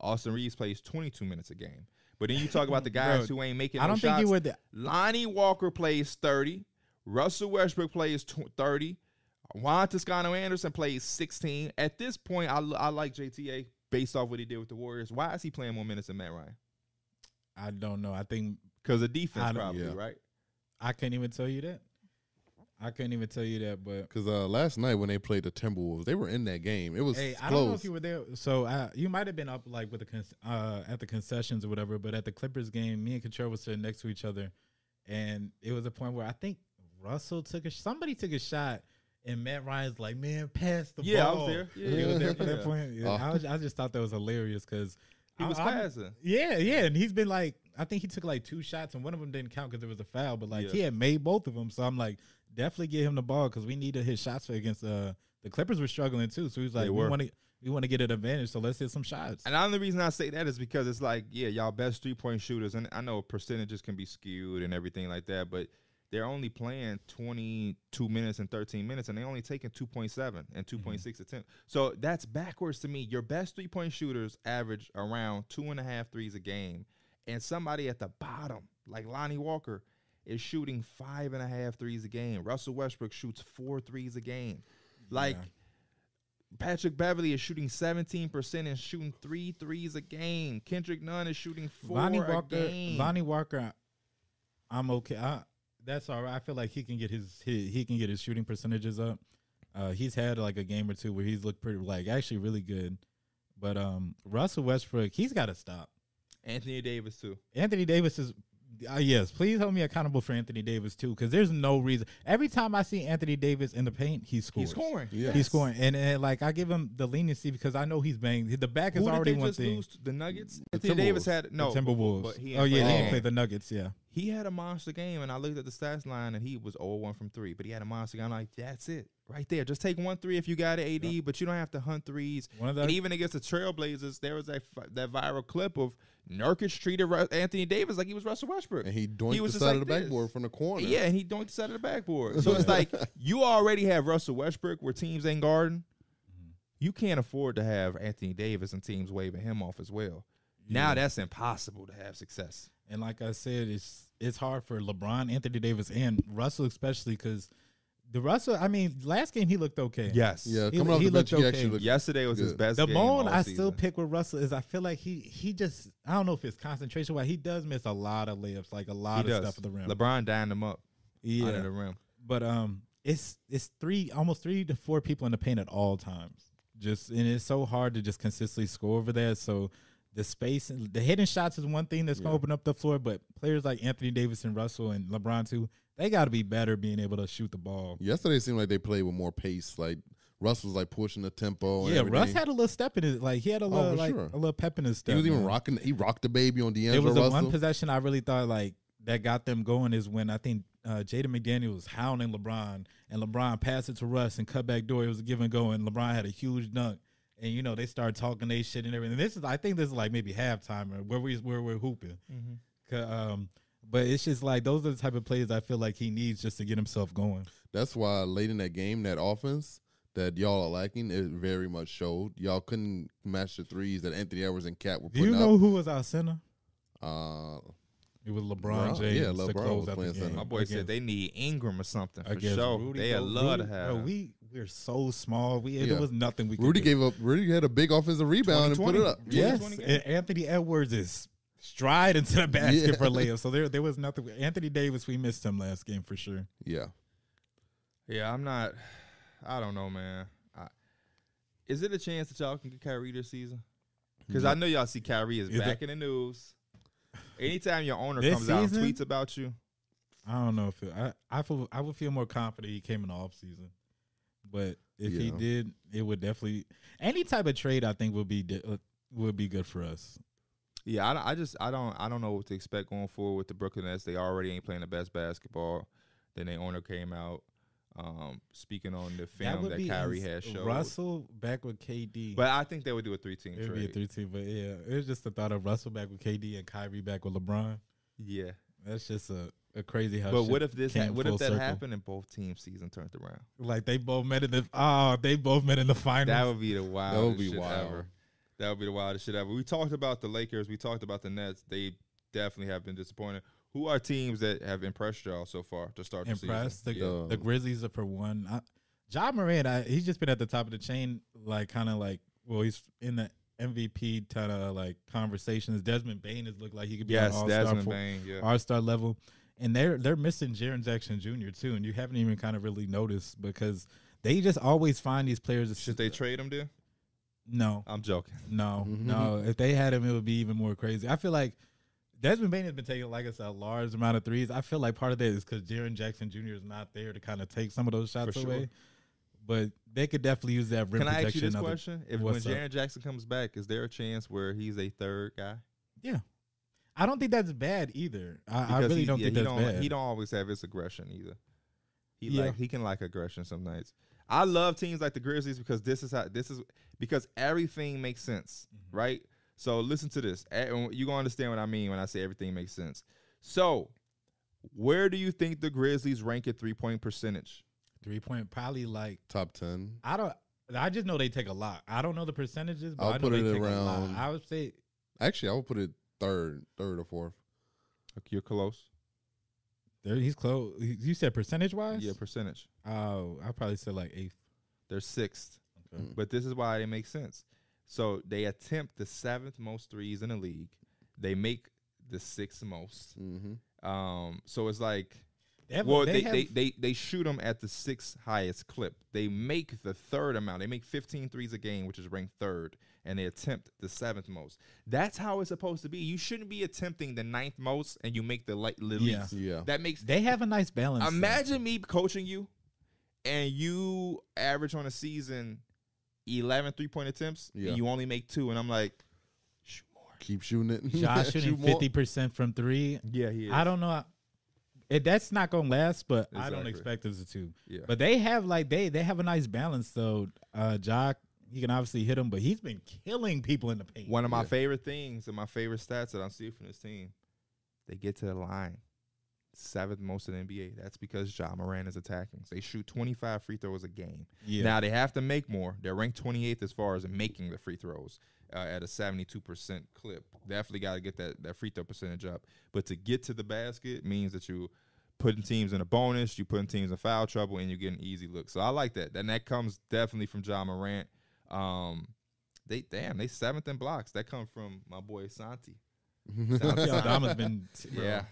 Austin Reeves plays 22 minutes a game. But then you talk about
[laughs]
the guys
Bro,
who ain't making.
I
no
don't think
shots.
he would. th-
Lonnie Walker plays 30. Russell Westbrook plays tw- 30. Juan Toscano Anderson plays 16. At this point, I, l- I like JTA based off what he did with the Warriors. Why is he playing more minutes than Matt Ryan?
I don't know. I think
Because the
I
defense,
don't-
probably,
yeah.
right?
I can't even tell you that. I couldn't even tell you that. But
Because uh, last night when they played the Timberwolves, they were in that game. It was
hey,
close.
I don't know if you were there. So I, you might have been up like with the con- uh, at the concessions or whatever. But at the Clippers game, me and Control was sitting next to each other, and it was a point where I think Russell took a somebody took a shot. And Matt Ryan's like, man, pass the
Yeah, I was
ball.
there. Yeah,
You were there for
yeah.
that point. Yeah,
Oh.
I, was, I just thought that was hilarious because
He was passing.
Yeah, yeah, and he's been like, I think he took like two shots, and one of them didn't count because there was a foul, but like
Yeah.
he had made both of them. So I'm like, definitely get him the ball because we needed his shots for against uh the Clippers were struggling too. So he was
They
like, we
were.
want to we want to get an advantage, so let's hit some shots.
And the only reason I say that is because it's like, yeah, y'all best three point shooters, and I know percentages can be skewed and everything like that, but they're only playing 22 minutes and 13 minutes, and they only taking 2.7 and
Mm-hmm.
2.6 attempts. So that's backwards to me. Your best three point shooters average around two and a half threes a game, and somebody at the bottom, like Lonnie Walker, is shooting five and a half threes a game. Russell Westbrook shoots four threes a game. Like,
Yeah.
Patrick Beverly is shooting 17% and shooting three threes a game. Kendrick Nunn is shooting four
Lonnie
a
Walker,
game.
Lonnie Walker, I'm okay. I, that's all right. I feel like he can get his he, he can get his shooting percentages up. Uh, he's had like a game or two where he's looked pretty like actually really good, but um Russell Westbrook, he's got to stop.
Anthony Davis too.
Anthony Davis is. Uh, yes, please hold me accountable for Anthony Davis too, because there's no reason. Every time I see Anthony Davis in the paint, he scores.
He's scoring.
Yeah.
He's scoring, and, and like I give him the leniency because I know he's banged. The back is
Who
already
did they
one
just
thing.
lose? to? The Nuggets.
The
Anthony Davis
Timberwolves.
had no
the Timberwolves.
but he
oh
ain't
yeah, he
played.
didn't play the Nuggets. Yeah,
He had a monster game, and I looked at the stats line, and he was 0-1 from three. But he had a monster game. I'm like, that's it, right there. Just take one three if you got it, AD. But you don't have to hunt threes.
one of the
And even against the Trailblazers, there was that fi- that viral clip of Nurkic treated Ru- Anthony Davis like he was Russell Westbrook.
and he doinked
was
the
just
side
like
of the
this.
backboard from the corner.
Yeah, and he doinked the side of the backboard.
[laughs]
So it's like you already have Russell Westbrook where teams ain't guarding. You can't afford to have Anthony Davis and teams waving him off as well. Now that's impossible to have success.
And like I said, it's it's hard for LeBron, Anthony Davis, and Russell especially because The Russell, I mean, last game he looked okay.
Yes.
Yeah,
He-
coming off
he
the bench,
looked
he actually
okay.
looked.
Yesterday was his
Good.
best.
The
game
bone
all
I
season.
still pick with Russell is I feel like he he just I don't know if it's concentration wise he does miss a lot of layups like a lot
He
of
does.
stuff at the rim.
LeBron dined him up under
yeah,
the rim.
but um, it's it's three almost three to four people in the paint at all times. Just and it's so hard to just consistently score over there. So the space, and the hidden shots is one thing that's gonna
Yeah.
open up the floor. But players like Anthony Davis and Russell and LeBron too, they got to be better being able to shoot the ball.
Yesterday seemed like they played with more pace. Like Russ was like pushing the tempo. And
Yeah, Russ
everything.
had a little step in it. Like he
Oh,
had a little
for
like
sure.
a little pep in his step.
He was even
man.
rocking. He rocked the baby on
It
D'Angelo
was the
Russell.
one possession I really thought like that got them going is when I think uh, Jaden McDaniel was hounding LeBron and LeBron passed it to Russ and cut back door. It was a give and go and LeBron had a huge dunk. And you know they started talking they shit and everything. This is I think this is like maybe halftime or where we where we're hooping.
Mm-hmm.
'Cause, Um, but it's just like those are the type of plays I feel like he needs just to get himself going.
That's why late in that game, that offense that y'all are lacking, it very much showed. Y'all couldn't match the threes that Anthony Edwards and Cat were
Do
putting
you know
up.
who was our center?
Uh,
It was LeBron
LeBron,
James.
yeah,
to
LeBron was
close out the
playing
game
center.
My boy said
against-
they need Ingram or something for
against
sure.
Rudy.
they
Bro,
love
Rudy-
to have.
bro,
him.
we we're so small. We
Yeah.
there was nothing we could
Rudy
do.
gave up. Rudy had a big offensive rebound and put
2020.
it up.
Yeah.
Yes,
20 game.
and Anthony Edwards is stride into the basket
[laughs]
Yeah.
for layup. So there, there was nothing. Anthony Davis, we missed him last game for sure.
Yeah.
Yeah, I'm not. I don't know, man. I, is it a chance that y'all can get Kyrie this season? Because I know y'all see Kyrie is,
Is
back in the news. Anytime your owner
This
comes out and
season?
tweets about you,
I don't know if it, I, I feel, I would feel more confident he came in the offseason. but if he
Yeah.
did, it would definitely any type of trade. I think would be di- uh, would be good for us.
yeah, I, don't- I just I don't I don't know what to expect going forward with the Brooklyn Nets. They already ain't playing the best basketball. Then their owner came out um, speaking on the film that, Kyrie
ins-
has showed.
Russell back with KD.
But I think they would do a three team
it would be a
trade.
three two. But yeah, it was just the thought of Russell back with KD and Kyrie back with LeBron.
yeah,
That's just a, a crazy how.
but
shit
what if this? Ha-
came
what
full
if that
circle.
happened and both teams' season turned around?
Like they both met in the oh, they both met in the finals.
That would be the
That
wildest
would be
shit
wild.
ever. That would be the wildest shit ever. We talked about the Lakers. We talked about the Nets. They definitely have been disappointed. Who are teams that have impressed y'all so far to start
impressed.
the
The,
season? Yeah.
Yeah.
the Grizzlies are for one. I, John Moran, I, he's just been at the top of the chain, like kind of like well, he's in the MVP kind of like conversations. Desmond Bain has looked like he could be
Yes,
on
Desmond
all
Bain. Yeah.
all star level, and they're they're missing Jaron Jackson Jr. too, and you haven't even kind of really noticed because they just always find these players. that-
Should they trade him then?
No,
I'm joking.
No,
Mm-hmm.
Mhm.
no. If they had him, it would be even more crazy. I feel like Desmond Bain has been taking, like I said, a large amount of threes. I feel like part of that is because Jaron Jackson Jr. is not there to kind of take some of those shots
sure.
away. But they could definitely use that rim
Can I
protection.
ask you this
other-
question? If when
what's up?
Jaron Jackson comes back, is there a chance where he's a third guy?
I don't think that's bad either. I, I
Because
really
he-
don't
yeah,
think
he
that's
don't,
bad.
He don't always have his aggression either. He
Yeah.
like he can like aggression some nights. I love teams like the Grizzlies because this is how this is because everything makes sense, right? So listen to this. A- and You gonna understand what I mean when I say everything makes sense. So, where do you think the Grizzlies rank at three point percentage?
Three point, probably like
Top ten.
I don't. I just know they take a lot. I don't know the percentages, but
I'll
I know
put
they
it
take a
around-
lot. I would say
Actually, I would put it third, third or fourth.
Okay, You're close.
there- he's close. he- You said percentage wise.
Yeah, percentage.
Oh, I probably said like eighth.
They're sixth.
Okay.
But this is why it makes sense. So they attempt the seventh most threes in the league. They make the sixth most.
Mm-hmm.
Um, so it's like,
They have-
well, they they,
have-
they, they shoot them at the sixth highest clip. They make the third amount. They make 15 threes a game, which is ranked third, and they attempt the seventh most. That's how it's supposed to be. You shouldn't be attempting the ninth most, and you make the light the
Yeah.
least.
Yeah.
That makes
They have a nice balance. though.
Imagine me coaching you and you average on a season 11 three point attempts
Yeah.
and you only make two. And I'm like, shoot more.
Keep shooting it. [laughs]
Josh
Shoot
shooting
more.
fifty percent from three.
Yeah, he
I don't know. I- It, that's not gonna last, but I don't
Exactly.
expect us to.
Yeah.
But they have like they they have a nice balance though. Uh, Jock, he can obviously hit him, but he's been killing people in the paint.
One of my
Yeah.
favorite things and my favorite stats that I see from this team, they get to the line. Seventh most in the NBA. That's because John Moran is attacking. They shoot 25 free throws a game.
yeah, [laughs]
Now they have to make more. They're ranked 28th as far as making the free throws uh, at a 72% clip. Definitely got to get that, that free throw percentage up. But to get to the basket means that you putting teams in a bonus, you putting teams in foul trouble, and you get an easy look. So I like that. And that comes definitely from John Morant. Um, they damn, they seventh in blocks. That come from my boy Santi.
[laughs]
Sounds-
Yo, Dama's been bro,
Yeah.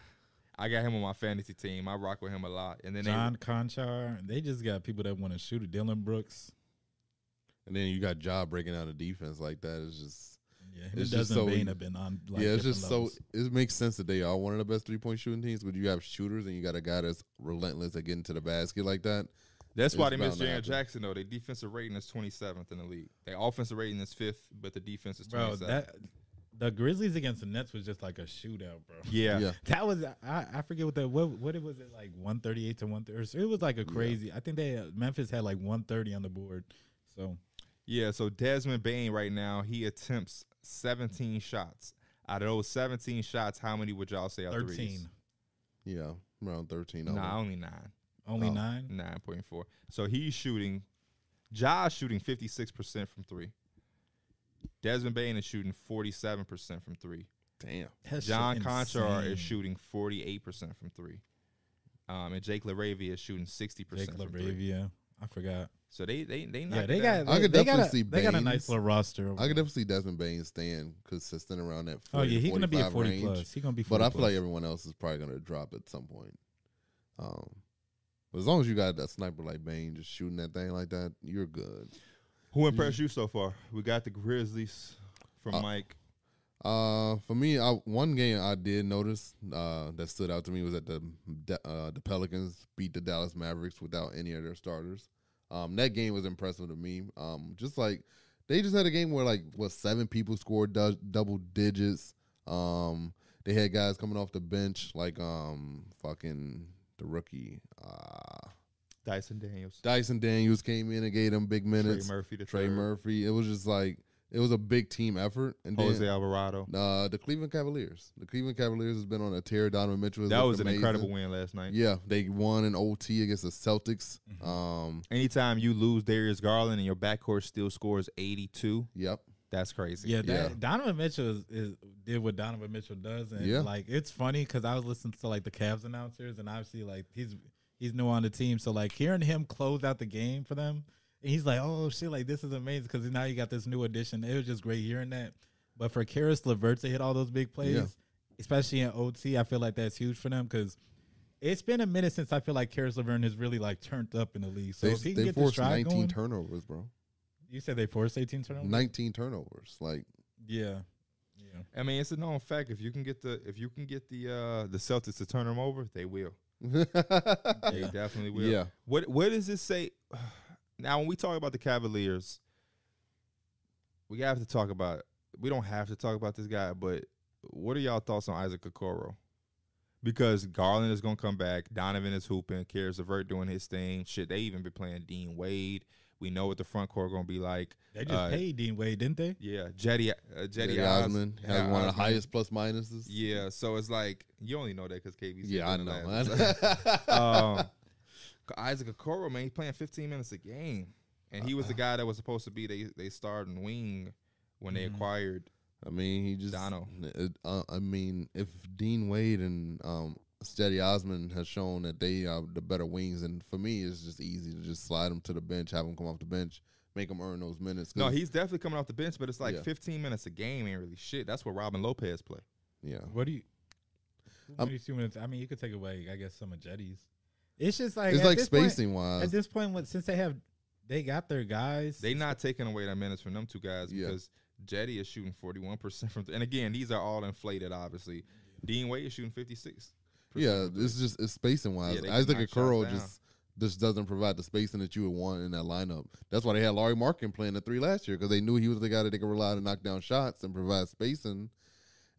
I got him on my fantasy team. I rock with him a lot. And then they
John Conchar. They just got people that want to shoot it. Dylan Brooks.
and then you got job breaking out a defense like that. It's just
Yeah, him
It's
and
just
Desmond
so
Bain
easy.
have been on. Like,
yeah, it's
different
just
levels.
so e- it makes sense that they are one of the best three point shooting teams. But you have shooters and you got a guy that's relentless at getting to the basket like that.
That's why
It's
they missed
bound to
Jaren
happen.
Jackson though. Their defensive rating is twenty seventh in the league. Their offensive rating is fifth, but the defense is
bro.
twenty seventh.
That the Grizzlies against the Nets was just like a shootout, bro.
Yeah.
Yeah.
That was I, I forget what that what what it was it like one thirty eight to one thirty. It was like a crazy. I think they uh, Memphis had like one thirty on the board. So
Yeah, so Desmond Bain right now, he attempts 17 shots. Out of those 17 shots, how many would y'all say are threes?
thirteen,
Yeah, around thirteen.
No,
Nah,
only nine.
only
Oh.
nine.
9.4. So he's shooting, Ja's shooting 56% from three. Desmond Bain is shooting 47% from three.
damn.
That's
John
shit
Conchar
insane.
is shooting 48% from three. Um, and Jake LaRavia is shooting 60%
Jake
from three.
LaRavia. I forgot.
So they they they
Yeah,
knocked
they
it down.
got. They,
I could definitely
they got a,
see
They got a
Baines.
nice little roster.
I could definitely see Desmond Bain staying consistent around that. 40,
oh yeah, he's gonna be at forty
range,
plus. He's gonna be. 40
But I feel
plus.
like everyone else is probably gonna drop at some point. Um, but as long as you got a sniper like Bain just shooting that thing like that, you're good.
Who impressed you so far? We got the Grizzlies from
Uh,
Mike.
Uh, for me, I, one game I did notice uh, that stood out to me was that the the, uh, the Pelicans beat the Dallas Mavericks without any of their starters. Um, that game was impressive to me. Um, just like they just had a game where like what seven people scored du- double digits. Um, they had guys coming off the bench like um fucking the rookie uh,
Dyson Daniels.
Dyson Daniels came in and gave them big minutes.
Trey Murphy, the
Trey
third.
Murphy. It was just like it was a big team effort. And then-
Jose Alvarado.
uh, the Cleveland Cavaliers. The Cleveland Cavaliers has been on a tear. Donovan Mitchell. has
that
looked
was an
amazing.
incredible win Mm-hmm. last night.
Yeah, they won an OT against the Celtics.
Mhm.
Um,
Anytime you lose Darius Garland and your backcourt still scores 82,
yep.
that's crazy.
Yeah, that,
Yeah.
Donovan Mitchell is, is did what Donovan Mitchell does, and
Yeah.
like it's funny because I was listening to like the Cavs announcers, and obviously like he's he's new on the team, so like hearing him close out the game for them, and he's like, oh shit, like this is amazing because now you got this new addition. It was just great hearing that. But for Karis LeVert to hit all those big plays,
Yeah.
especially in OT, I feel like that's huge for them because. It's been a minute since I feel like Karis LeVert has really like turned up in the league. So
They,
if he can
they
get this
forced
stride
19
going,
turnovers, bro.
you said they forced 18 turnovers.
19 turnovers. Like
Yeah, yeah.
I mean, it's a known fact. If you can get the if you can get the uh the Celtics to turn them over, they will.
[laughs]
They
Yeah.
definitely will.
Yeah.
What where does this say? [sighs] Now, when we talk about the Cavaliers, we have to talk about. We don't have to talk about this guy, but what are y'all thoughts on Isaac Okoro? Because Garland is gonna come back. Donovan is hooping. Caris LeVert doing his thing. Shit, they even been playing Dean Wade. We know what the front court gonna be like.
They just
Uh,
paid Dean Wade, didn't they?
Yeah, Jetty, uh, Jetty,
Cedi Osman
Osman.
has
Yeah,
one of the
Osman.
highest plus minuses.
Yeah, so it's like you only know that because KBC.
Yeah, I
doing
know.
the
I [laughs]
[laughs] last- um, [laughs] Isaac Okoro, man, he's playing 15 minutes a game, and he was
Uh-huh.
the guy that was supposed to be they they starting wing when they
Mm-hmm.
Mhm.
acquired.
I mean, he just.
Dono.
It, uh, I mean, if Dean Wade and um, Steady Osman has shown that they are the better wings, and for me, it's just easy to just slide them to the bench, have them come off the bench, make them earn those minutes. 'cause-
No, he's definitely coming off the bench, but it's like
Yeah.
15 minutes a game ain't really shit. That's what Robin Lopez play.
yeah.
What do you?
Um,
What do you see when it's- I mean, you could take away, I guess, some of Jetty's. It's just like
It's
at
like
this point-
spacing
at
wise.
this point, what since they have, they got their guys.
They
[laughs]
not taking away that minutes from them two guys
Yeah.
because Jetty is shooting 41 percent from, th- and again these are all inflated, obviously. Dean Wade is shooting 56.
Yeah, it's just it's spacing wise.
Yeah, they
Isaac
can knock shots
Okoro
down.
just just doesn't provide the spacing that you would want in that lineup. That's why they had Larry Markin playing the three last year because they knew he was the guy that they could rely to knock down shots and provide spacing.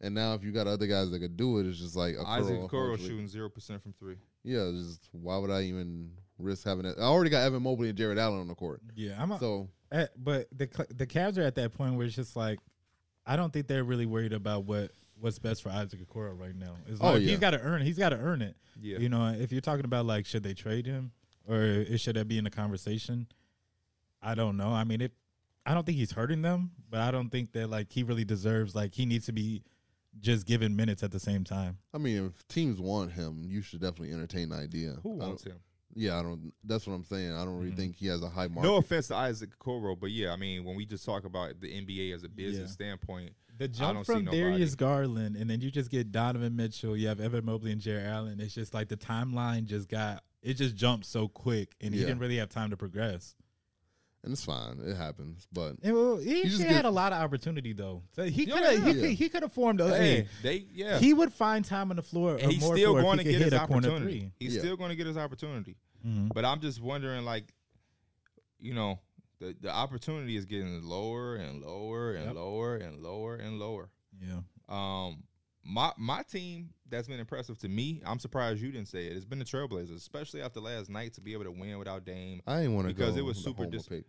And now if you got other guys that could do it, it's just like Okoro,
Isaac Okoro
unfortunately-
shooting zero percent from three.
Yeah, it's just why would I even risk having that? I already got Evan Mobley and Jared Allen on the court,
yeah, I'm. A,
so
eh, but the Cl- the Cavs are at that point where it's just like, I don't think they're really worried about what what's best for Isaac Okoro right now. It's
Oh,
like
yeah.
he's got to earn. He's got to earn it.
Yeah,
You know, if you're talking about like, should they trade him or it, should that be in the conversation? I don't know. I mean, it. I don't think he's hurting them, but I don't think that like he really deserves like he needs to be just giving minutes at the same time.
I mean, if teams want him, you should definitely entertain the idea.
Who
I
wants
don't-
him?
Yeah, I don't. That's what I'm saying. I don't really
Mhm.
think he has a high mark.
No offense to Isaac Okoro, but yeah, I mean, when we just talk about the NBA as a business
Yeah.
standpoint,
The
don't
jump
see
from
nobody.
Darius Garland, and then you just get Donovan Mitchell. You have Evan Mobley and Jared Allen. It's just like the timeline just got it just jumped so quick, and he
Yeah.
didn't really have time to progress.
and it's fine. It happens. But
And well, he
You just
should
get-
had a lot of opportunity though. So he
Yeah,
could have
yeah.
he, could- he could have formed a.
hey, they yeah,
He would find time on the floor. Or
and he's
more
still
floor if
going
he
to
could
get
hit
his
a corner
opportunity.
3
He's
Yeah.
still going to get his opportunity.
Mhm.
But I'm just wondering, like, you know, the the opportunity is getting lower and lower and
Yep.
lower and lower and lower.
Yeah.
Um, my my team that's been impressive to me. I'm surprised you didn't say it. It's been the Trailblazers, especially after last night to be able to win without Dame.
I didn't want to go
Because it was
with a
super
homer
dis-
pick.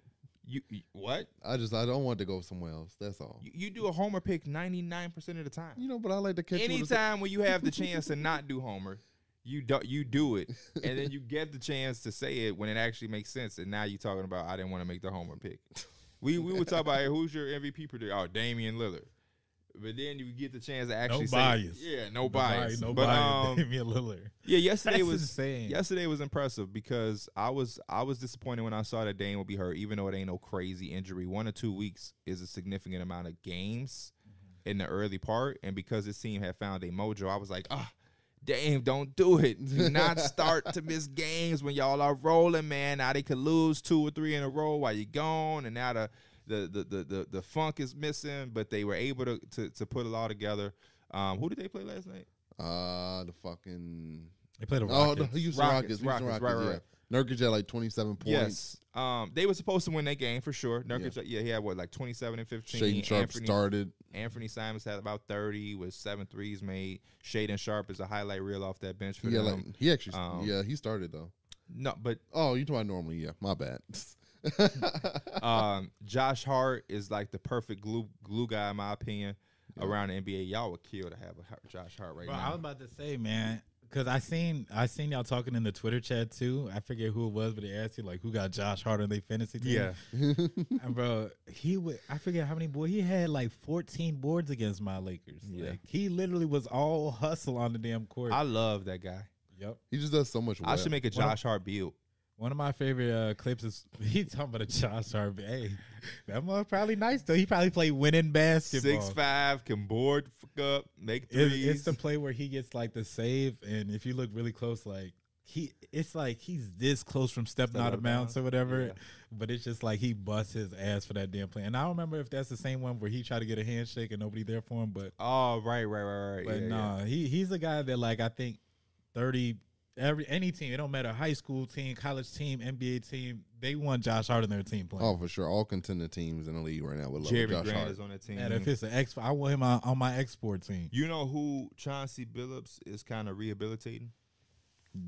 You, you what?
I just I don't want to go somewhere else. That's all.
You, you do a homer pick 99 percent of the time.
You know, but I like to catch you with a-
Anytime when you have the chance to not do homer, you do you do it, and then you get the chance to say it when it actually makes sense. And now you're talking about I didn't want to make the homer pick. We we would talk about hey, who's your MVP predictor? Oh, Damian Lillard. But then you get the chance to actually say,
bias.
Yeah, no bias.
No
but,
bias.
Um,
[laughs] Damian Lillard.
Yeah, yesterday
That's
was
insane.
yesterday was impressive because I was I was disappointed when I saw that Dane would be hurt, even though it ain't no crazy injury. One or two weeks is a significant amount of games in the early part, and because this team had found a mojo, I was like, ah, Dame, don't do it. Do not start to miss games when y'all are rolling, man. Now they could lose two or three in a row while you're gone, and now the the the the the, the funk is missing. But they were able to to, to put it all together. Um, who did they play last night?
Uh, the fucking
They played a
oh,
Rockets.
the Houston
Rockets,
Rockets, Houston
Rockets,
Rockets,
right, right,
yeah. Nurkic had like 27 points.
Yes. Um, they were supposed to win that game for sure. Nurkic, yeah, he had what like twenty seven and fifteen.
Shaden Sharp
Anthony,
started.
Anthony Simons had about thirty with seven threes made. Shaden Sharp is a highlight reel off that bench for
Yeah,
them.
like he actually.
Um,
yeah, he started though.
no, but
Oh, you talking about normally? Yeah, my bad. [laughs]
um, [laughs] Josh Hart is like the perfect glue glue guy in my opinion around the NBA. Y'all would kill to have a Har- Josh Hart right
Bro, I
now.
was about to say, man, because I seen I seen y'all talking in the Twitter chat too. I forget who it was, but they asked you like, who got Josh Hart on their fantasy team?
yeah,
and bro, he would. I forget how many boards he had, like fourteen boards against my Lakers.
Yeah.
Like he literally was all hustle on the damn court.
I love that guy.
yep.
he just does so much. Well.
I should make a
Well-
Josh Hart build.
One of my favorite uh, clips is [laughs] he talking about a Josh Hart. Hey, that motherfucker probably nice though. He probably played winning basketball.
Six five can board the fuck up, make
It's,
threes.
it's the play where he gets like the save, and if you look really close, like he, it's like he's this close from stepping
Step
out of bounds or whatever.
yeah.
But it's just like he busts his ass for that damn play. And I don't remember if that's the same one where he tried to get a handshake and nobody there for him. But
oh right, right, right, right.
but
yeah, yeah.
nah, he he's a guy that like I think thirty every any team, it don't matter high school team, college team, NBA team, they want Josh Hart in their team playing.
Oh, for sure. All contender teams in the league right now would love
Jerry
Josh
Grant
Hart.
is on that team.
And if it's an X, I want him on, on my export team.
You know who Chauncey Billups is kind of rehabilitating?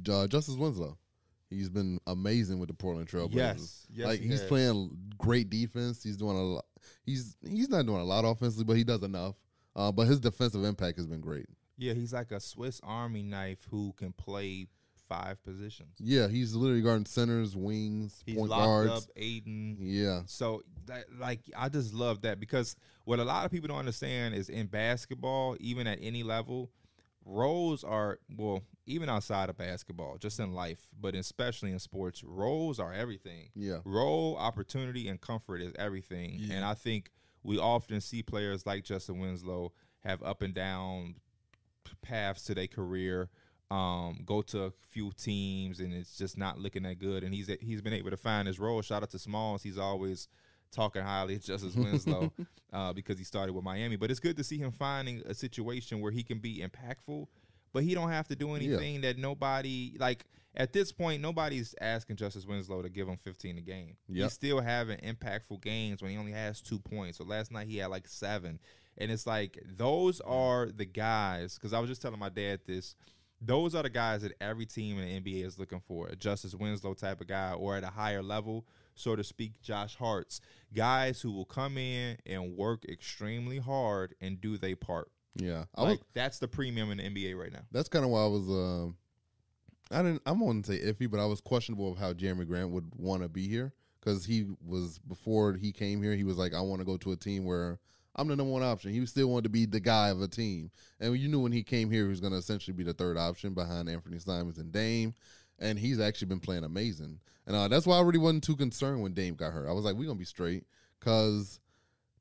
uh, Justice Winslow. He's been amazing with the Portland Trail Blazers.
Yes. Yes,
like
he
he's
has.
playing great defense. He's doing a lot. He's he's not doing a lot offensively, but he does enough. Uh, but his defensive impact has been great.
Yeah, he's like a Swiss Army knife who can play five positions.
Yeah, he's literally guarding centers, wings,
He's
point
locked
guards.
up Aiden.
Yeah,
So, that, like, I just love that because what a lot of people don't understand is in basketball, even at any level, roles are, well, even outside of basketball, just in life, but especially in sports, roles are everything.
yeah.
Role, opportunity, and comfort is everything.
Yeah.
And I think we often see players like Justin Winslow have up and down p- paths to their career, um, go to a few teams, and it's just not looking that good. And he's he's been able to find his role. Shout out to Smalls. He's always talking highly of Justin Winslow uh, because he started with Miami. But it's good to see him finding a situation where he can be impactful, but he don't have to do anything that nobody like at this point nobody's asking Justice Winslow to give him 15 a game.
Yep.
He's still having impactful games when he only has two points. So last night he had like seven, and it's like those are the guys. Because I was just telling my dad this. Those are the guys that every team in the NBA is looking for. A Justice Winslow type of guy, or at a higher level, so to speak, Josh Hart's guys who will come in and work extremely hard and do their part.
Yeah, I was,
Like that's the premium in the NBA right now.
that's kind of why I was. Um, I didn't. I'm going to say iffy, but I was questionable of how Jeremy Grant would want to be here because he was before he came here. He was like, I want to go to a team where I'm the number one option. He still wanted to be the guy of a team. And you knew when he came here, he was going to essentially be the third option behind Anthony Simons and Dame. And he's actually been playing amazing. And uh, that's why I really wasn't too concerned when Dame got hurt. I was like, we're going to be straight because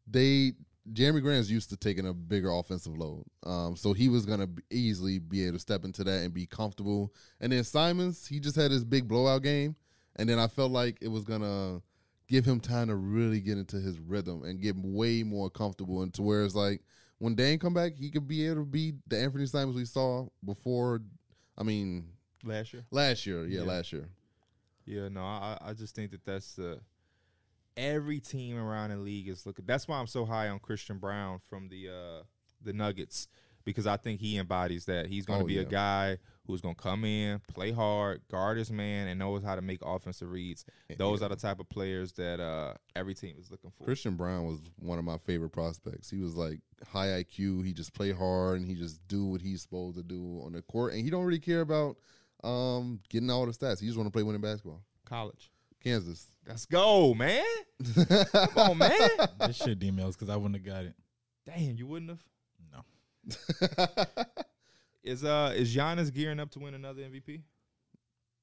they. Jeremy Grant's used to taking a bigger offensive load. Um, so he was going to easily be able to step into that and be comfortable. And then Simons, he just had his big blowout game. And then I felt like it was going to give him time to really get into his rhythm and get way more comfortable and to where it's like when Dane come back, he could be able to be the Anthony Simons we saw before I mean
last year.
last year. Yeah,
Yeah.
last year.
Yeah, no, I, I I just think that that's the every team around the league is looking. That's why I'm so high on Christian Brown from the uh, the Nuggets because I think he embodies that. He's going to
Oh,
be a
yeah.
guy who's going to come in, play hard, guard his man, and knows how to make offensive reads.
Eh,
Those are the type of players that uh, every team is looking for.
Christian Brown was one of my favorite prospects. He was like high IQ. He just play hard and he just do what he's supposed to do on the court. And he don't really care about um, getting all the stats. He just want to play winning basketball.
College,
Kansas.
let's go, man! Come on, man!
[laughs] this shit emails because I wouldn't have got it.
Damn, you wouldn't have.
No.
Is uh is Giannis gearing up to win another MVP?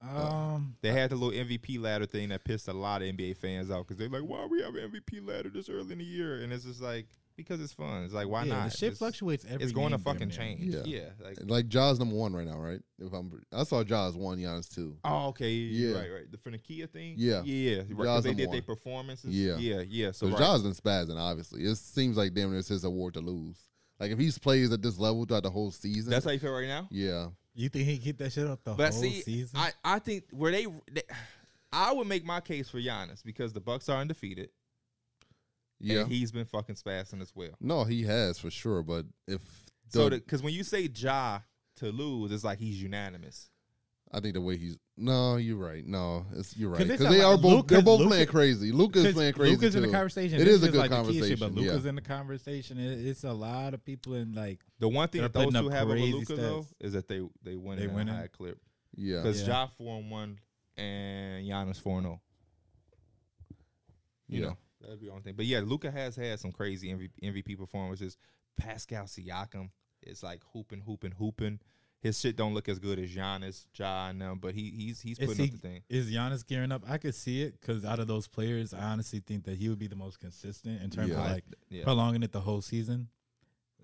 Um,
They had the little MVP ladder thing that pissed a lot of NBA fans out because they're like, "Why we have an MVP ladder this early in the year?" And it's just like because it's fun. It's like why
yeah,
not?
The shit
It's-
fluctuates every.
It's going to
game, damn
fucking
near.
change. Yeah,
Yeah.
like
[laughs] like Jaws number one right now, right? If I'm, I saw Jaws one, Giannis two.
oh okay, yeah,
Yeah.
right, right. The Finikia thing.
Yeah.
yeah, yeah. Right, 'cause
Jaws
they
number
did their
one.
performances.
Yeah.
yeah, yeah. So
So
right.
Jaws been spazzing, obviously. It seems like damn near it's his award to lose. Like if he plays at this level throughout the whole season,
that's how you feel right now.
yeah.
You think he keep that shit up the
But
whole
see,
season?
I I think where they, they, I would make my case for Giannis because the Bucks are undefeated.
Yeah.
and he's been fucking spassing as well.
no, he has for sure, but if
So
the-
because when you say Ja to lose, it's like he's unanimous.
I think the way he's no, you're right. No, it's you're right
'Cause they
because
sound
they
like
are both
Luka-
they're both
Luka-
playing crazy. Luca's playing crazy.
Luca's in the
too.
conversation.
It
This
is a
just,
good
like, the kid shit,
conversation.
but
yeah.
Luca's in the conversation. It, it's a lot of people in like
The one thing
They're
that those
putting
two
up
have over
crazy
Luca though
stats.
is that they they win
They
in
winning?
a high clip
yeah.
because
Yeah.
Ja four and one and Giannis four and zero. You
Yeah.
know that'd be the only thing. But yeah, Luca has had some crazy MV- MVP performances. Pascal Siakam is like hooping, hooping, hooping. His shit don't look as good as Giannis, Ja, and them, but he he's he's
Is
putting
he-
up the thing.
is Giannis gearing up? I could see it because out of those players, I honestly think that he would be the most consistent in terms
Yeah.
of like
Yeah,
prolonging it the whole season.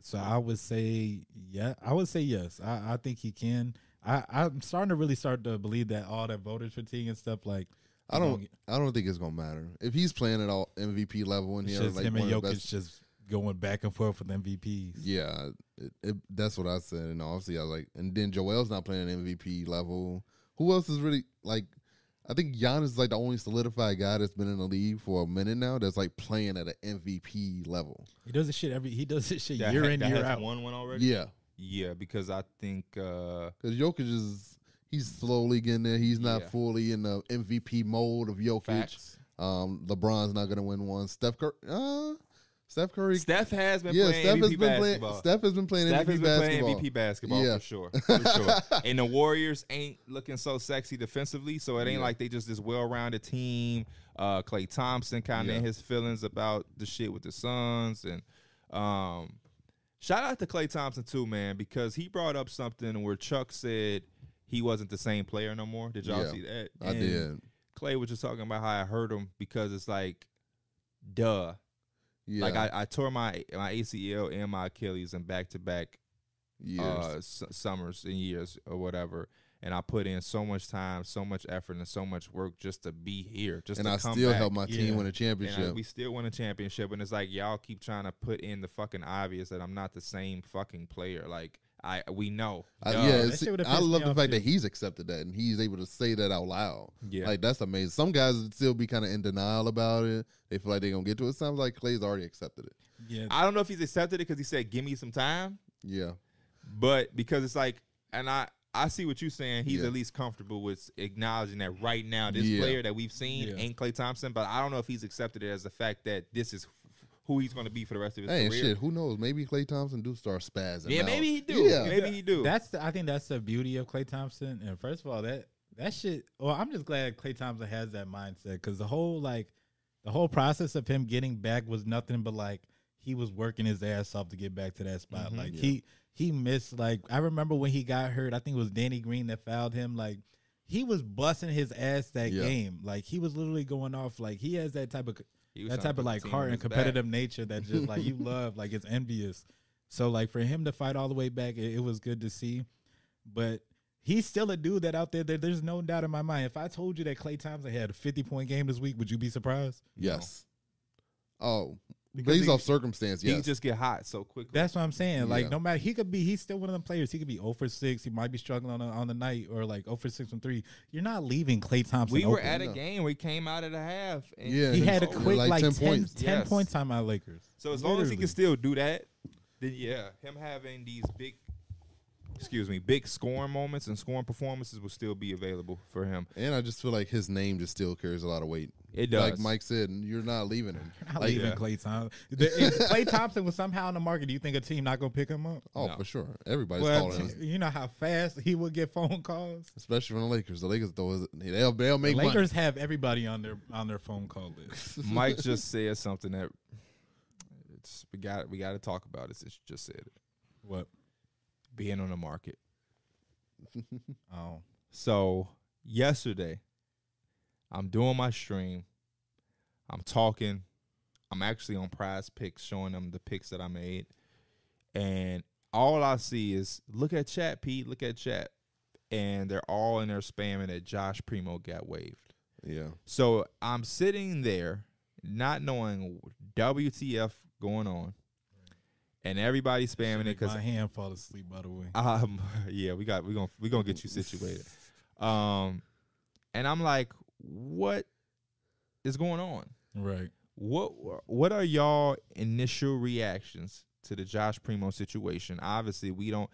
So I would say, yeah, I would say yes. I, I think he can. I, I'm starting to really start to believe that all that voters fatigue and stuff like
I don't. I don't think it's gonna matter if he's playing at all MVP level in
It's
here.
just
like
him
one
and
of the best
Jokic just going back and forth with MVPs.
Yeah, it, it, that's what I said, and obviously I was like, and then Joel's not playing at MVP level. Who else is really like? I think Giannis is like the only solidified guy that's been in the league for a minute now that's like playing at an MVP level.
He does this shit every. He does this shit
That
year
ha-
in
that
year
has
out.
One one already.
Yeah,
yeah, because I think uh,
because Jokic is he's slowly getting there. He's not
Yeah.
fully in the MVP mode of Jokic.
facts.
Um, LeBron's not gonna win one. Steph Curry, uh, Steph Curry,
Steph has been
yeah,
playing
Steph
MVP
has been
basketball.
playing. Steph has been playing
Steph
MVP
has been
basketball.
playing MVP basketball
Yeah.
for sure, for sure. [laughs] and the Warriors ain't looking so sexy defensively, so it ain't
Yeah.
like they just this well-rounded team. Uh, Clay Thompson kind of in
Yeah.
his feelings about the shit with the Suns, and um, shout out to Clay Thompson too, man, because he brought up something where Chuck said he wasn't the same player no more. Did y'all
Yeah,
see that?
I
And
did.
Clay was just talking about how I hurt him because it's like, duh.
Yeah,
Like I, uh, I tore my my ACL and my Achilles in back to back
Years.
uh, s- summers and years or whatever. And I put in so much time, so much effort, and so much work just to be here, just
and
to
I
come
still
back.
helped my team win
Yeah.
a
And I-
championship.
we still won a championship, and it's like y'all keep trying to put in the fucking obvious that I'm not the same fucking player. Like I, we know.
I,
Duh.
yeah,
that
it's-
shit would've
I
pissed
love
me
the
off
fact
too.
that he's accepted that and he's able to say that out loud.
yeah.
Like that's amazing. Some guys would still be kind of in denial about it. They feel like they're gonna get to it. Sounds like Clay's already accepted it.
Yeah,
I don't know if he's accepted it because he said, "Give me some time,"
Yeah,
but because it's like, and I. I see what you're saying. He's
Yeah.
at least comfortable with acknowledging that right now, this
Yeah.
player that we've seen
Yeah.
ain't Clay Thompson, but I don't know if he's accepted it as the fact that this is who he's going to be for the rest of his
hey,
career.
shit. Who knows? Maybe Clay Thompson do start spazzing.
Yeah,
out.
maybe he do.
Yeah.
Maybe he do.
that's. The, I think that's the beauty of Clay Thompson. And first of all, that that shit. Well, I'm just glad Clay Thompson has that mindset because the whole like the whole process of him getting back was nothing but like he was working his ass off to get back to that spot. like he he missed like I remember when he got hurt. I think it was Danny Green that fouled him. Like he was busting his ass that
Yeah.
game. Like he was literally going off. Like he has that type of
He was
that
trying
type
to
of
put the
like
team
heart
on
and
his back.
competitive nature that just like
[laughs]
you love, like it's envious. So like for him to fight all the way back, it, it was good to see. But he's still a dude that out there, there there's no doubt in my mind. If I told you that Clay Thompson had a 50 point game this week, would you be surprised?
Yes. Oh,
Because
based
he-
off circumstance,
He
yes.
just get hot so quickly.
That's what I'm saying. Like
Yeah.
no matter he could be he's still one of them players. He could be 0 for 6. He might be struggling on the, on the night or like 0 for 6 from 3. You're not leaving Clay Thompson.
we were
open.
at a
no.
game. We came out of the half. And
Yeah.
he had a
Yeah,
quick like,
like 10
10, 10
points.
points.
Yes.
on my Lakers.
So as long as he
Literally.
can still do that, then yeah, him having these big, excuse me, big scoring moments and scoring performances will still be available for him.
and I just feel like his name just still carries a lot of weight.
It
Like
does.
[laughs] Mike said, you're not leaving him.
Not
Like,
leaving
yeah. [laughs]
Clay Thompson. The- If Clay Thompson was somehow in the market, do you think a team not gonna pick him up?
oh,
No.
for sure. Everybody's
Well,
calling him.
you know how fast he would get phone calls.
Especially from the Lakers. The Lakers though is- they'll they'll make money.
Lakers have everybody on their on their phone call
[laughs]
list.
Mike just said something that it's we got we got to talk about it. Since you just said it,
what?
being on the market.
Oh,
So yesterday, I'm doing my stream. I'm talking. I'm actually on Prize Picks, showing them the picks that I made, and all I see is look at chat, Pete. Look at chat, and they're all in there spamming that Josh Primo got waived.
Yeah.
So I'm sitting there not knowing WTF going on, and everybody spamming it because [laughs]
my hand fall asleep. By the way,
um, yeah, we got we gonna we gonna get you situated. Um, and I'm like, what is going on?
right?
What what are y'all initial reactions to the Josh Primo situation? Obviously, we don't.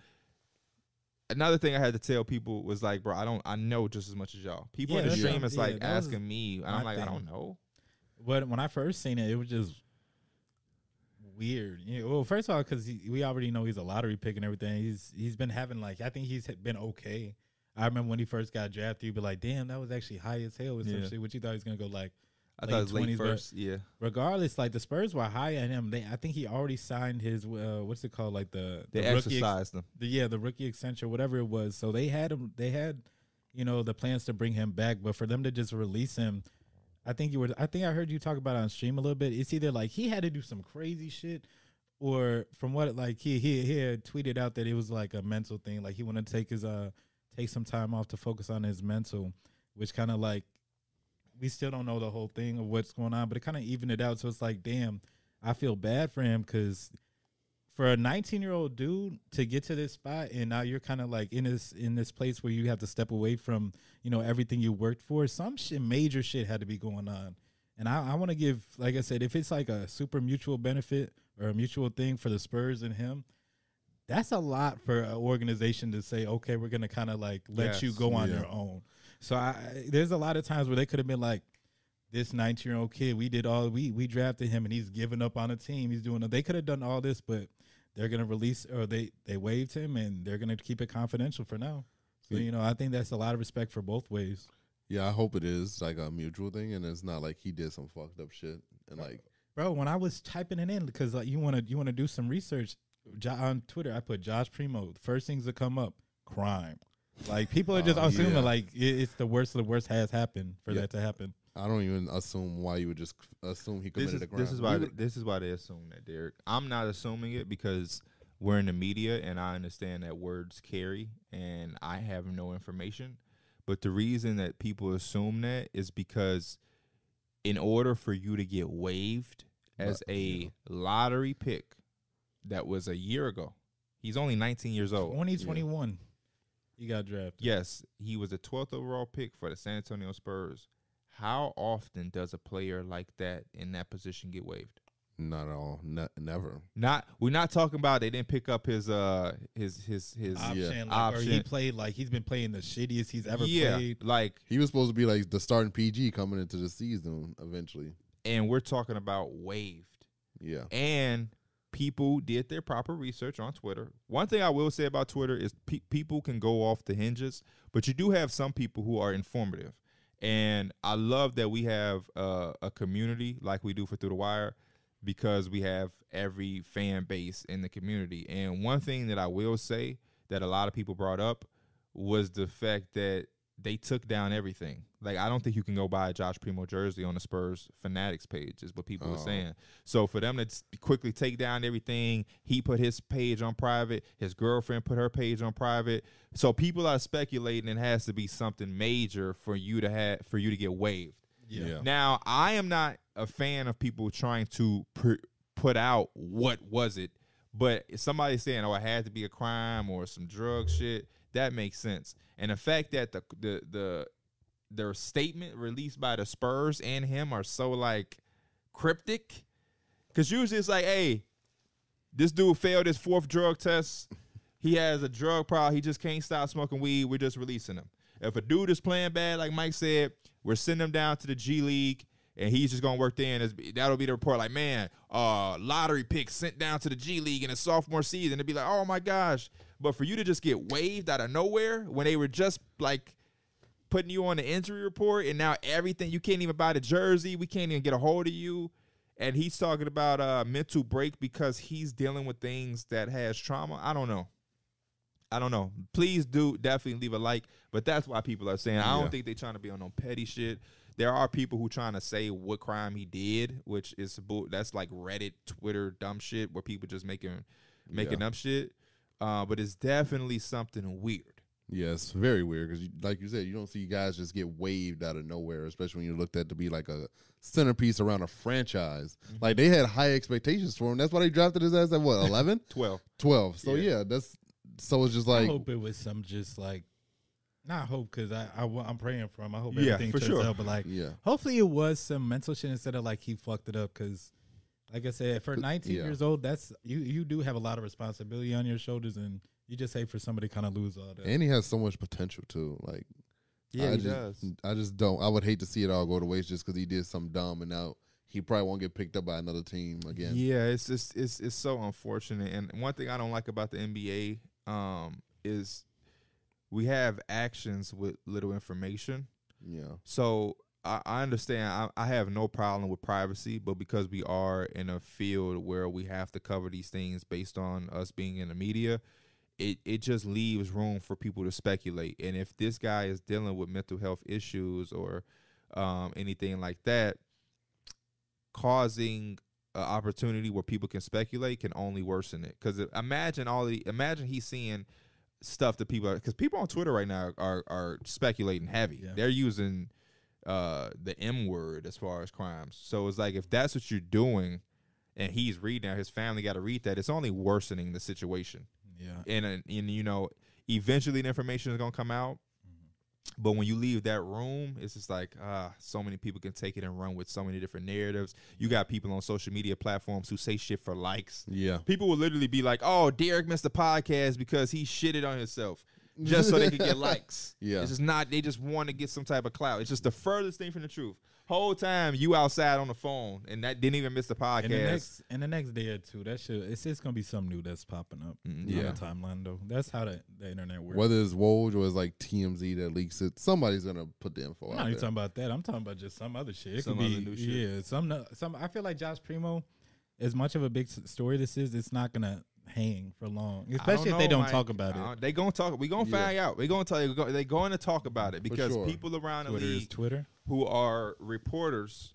Another thing I had to tell people was like, bro, I don't, I know just as much as y'all. People in
Yeah,
the
that's-
stream is
yeah,
like
that was
asking me, and I'm
my
like, I
thing.
don't know.
But when I first seen it, it was just weird. You know, well, first of all, because we already know he's a lottery pick and everything. He's he's been having like I think he's been okay. I remember when he first got drafted, you'd be like, "Damn, that was actually high as hell," or some
Yeah.
shit. What you thought he was gonna go like?
I
Late
thought it was late
20s, but-
first, yeah.
regardless, like the Spurs were high on him. They, I think he already signed his uh, what's it called, like the
They
the rookie ex-
exercised them.
the, yeah, the rookie extension, whatever it was. So they had him. They had, you know, the plans to bring him back, but for them to just release him, I think you were. I think I heard you talk about it on stream a little bit. It's either like he had to do some crazy shit, or from what like he he he had tweeted out that it was like a mental thing. Like he wanted to take his uh take some time off to focus on his mental, which kind of like we still don't know the whole thing of what's going on, but it kind of evened it out. So it's like, damn, I feel bad for him because for a 19 year old dude to get to this spot and now you're kind of like in this in this place where you have to step away from you know everything you worked for some shit major shit had to be going on and i, I want to give like i said if it's like a super mutual benefit or a mutual thing for the spurs and him that's a lot for an organization to say okay we're gonna kind of like let you
Yes.
go on
Yeah.
your own so I, there's a lot of times where they could have been like this 19 year old kid we did all we we drafted him and he's giving up on a team he's doing they could have done all this but they're gonna release or they they waived him and they're gonna keep it confidential for now. So
Yeah.
you know, I think that's a lot of respect for both ways.
Yeah, I hope it is like a mutual thing and it's not like he did some fucked up shit and like
Bro, when I was typing it in because like you wanna you wanna do some research jo- on Twitter, I put Josh Primo. The first things that come up, crime. Like people are just
Oh,
assuming
yeah.
like it, it's the worst of the worst has happened for
Yeah.
that to happen.
I don't even assume why you would just assume he
This
committed
is,
a crime.
this is why
We
th- this is why they assume that, Derek. I'm not assuming it because we're in the media and I understand that words carry and I have no information. But the reason that people assume that is because in order for you to get waived as
But-
a lottery pick that was a year ago. He's only 19 years old.
Twenty twenty one, you got drafted.
Yes, he was the 12th overall pick for the San Antonio Spurs. How often does a player like that in that position get waived?
not at all. Ne- never.
Not we're not talking about they didn't pick up his uh his his his
Option,
Yeah.
like, or he
Option.
played like he's been playing the shittiest he's ever
yeah
played.
like
He was supposed to be like the starting PG coming into the season eventually.
and we're talking about waived
Yeah.
and people did their proper research on Twitter. One thing I will say about Twitter is pe- people can go off the hinges, but you do have some people who are informative. And I love that we have uh, a community like we do for Through the Wire because we have every fan base in the community. And one thing that I will say that a lot of people brought up was the fact that they took down everything. Like I don't think you can go buy a Josh Primo jersey on the Spurs Fanatics page is what people were
Oh.
saying. So for them to s- quickly take down everything, he put his page on private, his girlfriend put her page on private. So people are speculating it has to be something major for you to have for you to get waived.
Yeah. Yeah.
Now, I am not a fan of people trying to pr- put out what was it, but if somebody saying, "Oh, it had to be a crime or some drug shit," that makes sense. And the fact that the the the their statement released by the Spurs and him are so like cryptic, because usually it's like, "Hey, this dude failed his fourth drug test. He has a drug problem. He just can't stop smoking weed. We're just releasing him. If a dude is playing bad, like Mike said, we're sending him down to the G League, and he's just gonna work there. And it's- that'll be the report. Like, man, uh, lottery pick sent down to the G League in his sophomore season. It'd be like, oh my gosh. But for you to just get waived out of nowhere when they were just like putting you on the injury report, and now everything you can't even buy the jersey. We can't even get a hold of you. And he's talking about uh mental break because he's dealing with things that has trauma. I don't know. I don't know. Please do definitely leave a like. But that's why people are saying I don't
Yeah.
think they're trying to be on no petty shit. There are people who trying to say what crime he did, which is bull- that's like Reddit, Twitter, dumb shit where people just making making up shit. Uh, but it's definitely something weird.
Yeah, it's very weird because, like you said, you don't see guys just get waived out of nowhere, especially when you're looked at to be like a centerpiece around a franchise. Like they had high expectations for him. That's why they drafted his ass at [laughs] what 11,
Twelve.
12. So
Yeah.
yeah. Oh, that's so it's just
I
like
hope it was some just like, not hope because I, I am praying for him. I hope
Yeah,
everything
for
turns
sure.
out. But like,
yeah,
hopefully it was some mental shit instead of like he fucked it up because. Like I said, for 19
yeah.
years old, that's you. You do have a lot of responsibility on your shoulders, and you just hate for somebody to kind of lose all that.
and he has so much potential too. Like
Uh,
I just, I just don't. I would hate to see it all go to waste just because he did something dumb and now he probably won't get picked up by another team again.
Yeah, it's just it's it's so unfortunate. And one thing I don't like about the NBA um, is we have actions with little information.
Yeah,
So I, I understand. I, I have no problem with privacy, but because we are in a field where we have to cover these things based on us being in the media, it it just leaves room for people to speculate. And if this guy is dealing with mental health issues or um, anything like that, causing an opportunity where people can speculate can only worsen it. Because imagine all the imagine he's seeing stuff that people are because people on Twitter right now are are speculating heavy.
Yeah.
They're using uh the M word as far as crimes. So it's like if that's what you're doing and he's reading that, his family gotta read that, it's only worsening the situation.
Yeah,
And uh, and you know, eventually the information is gonna come out.
Mm-hmm.
But when you leave that room, it's just like ah, so many people can take it and run with so many different narratives. You got people on social media platforms who say shit for likes.
yeah.
People will literally be like, "Oh, Derek missed the podcast because he shitted on himself," just so they could
[laughs]
get likes.
Yeah.
it's just not. They just want to get some type of clout. It's just the furthest thing from the truth. Whole time you outside on the phone, and that didn't even miss the podcast.
in the next in the next day or two, that should it's it's gonna be something new that's popping up
Mm,
on
yeah.
the timeline though. That's how the, the internet works.
Whether it's Woj or it's like TMZ that leaks it, somebody's gonna put the info
I'm
out.
not
there.
even talking about that. I'm talking about just some other shit. It
Some
could
other
be
new shit.
yeah. Some no- some. I feel like Josh Primo, as much of a big s- story this is, it's not gonna hang for long,
I don't
especially if they
know,
don't
Mike.
talk about
Uh,
it.
they gonna talk. We gonna
Yeah.
find out. We gonna tell you. go- They going to talk about it because
sure.
people around the
Twitter is
league
Twitter.
who are reporters,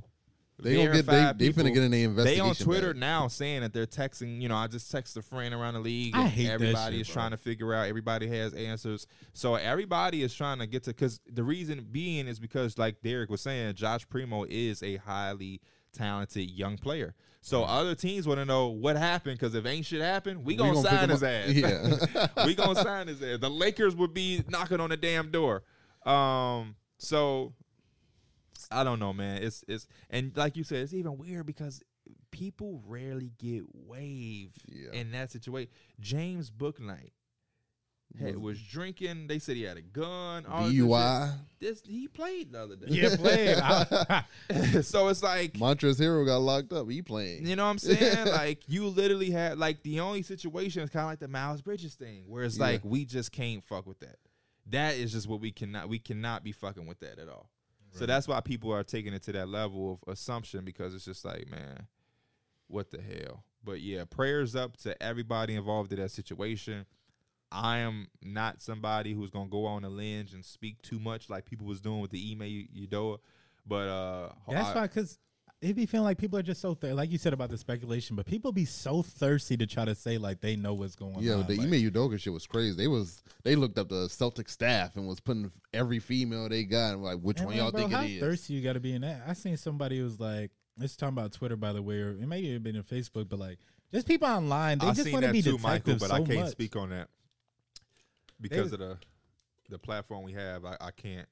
They gonna get they,
verified
they
people,
finna get in the
They
investigation.
on Twitter
back.
now saying that they're texting. You know, I just text a friend around the league.
I
and
hate that
everybody
shit,
is
bro.
trying to figure out. Everybody has answers, so everybody is trying to get to. Because the reason being is because, like Derek was saying, Josh Primo is a highly talented young player. So other teams want to know what happened. Because if ain't shit happened, we gonna,
gonna pick
sign
him
his
up.
ass. [laughs]
[laughs]
[laughs] Yeah.
we gonna sign his ass. The Lakers would be knocking on the damn door. Um, so I don't know, man. It's it's and like you said, it's even weird because people rarely get waived
Yeah.
in that situation. James Booknight had, was drinking. They said he had a gun. All this shit.
DUI.
This he played the other day. [laughs]
[laughs] Yeah, play. it. I-
so it's like
Montrezl Hero got locked up. He playing.
you know what I'm saying? like you literally had like the only situation is kind of like the Miles Bridges thing, where it's
Yeah.
like we just can't fuck with that. That is just what we cannot we cannot be fucking with that at all. So that's why people are taking it to that level of assumption because it's just like man, what the hell? But yeah, prayers up to everybody involved in that situation. I am not somebody who's gonna go on a linge and speak too much like people was doing with the email Udoa. But uh
That's
I-
why, because it be feeling like people are just so thir- like you said about the speculation, but people be so thirsty to try to say like they know what's going
Yeah,
on.
the
like,
Ime Udoka shit was crazy. They was they looked up the Celtic staff and was putting every female they got and like which
and,
one
like,
y'all
bro,
think
how
it is.
thirsty you got to be in that? I seen somebody who's like, it's talking about Twitter by the way, or it maybe it been in Facebook, but like just people online, they
I
just
seen
want to
that
be
too,
detectives
Michael, but
so
I can't
much.
speak on that because
was-
of the the platform we have. I, I can't.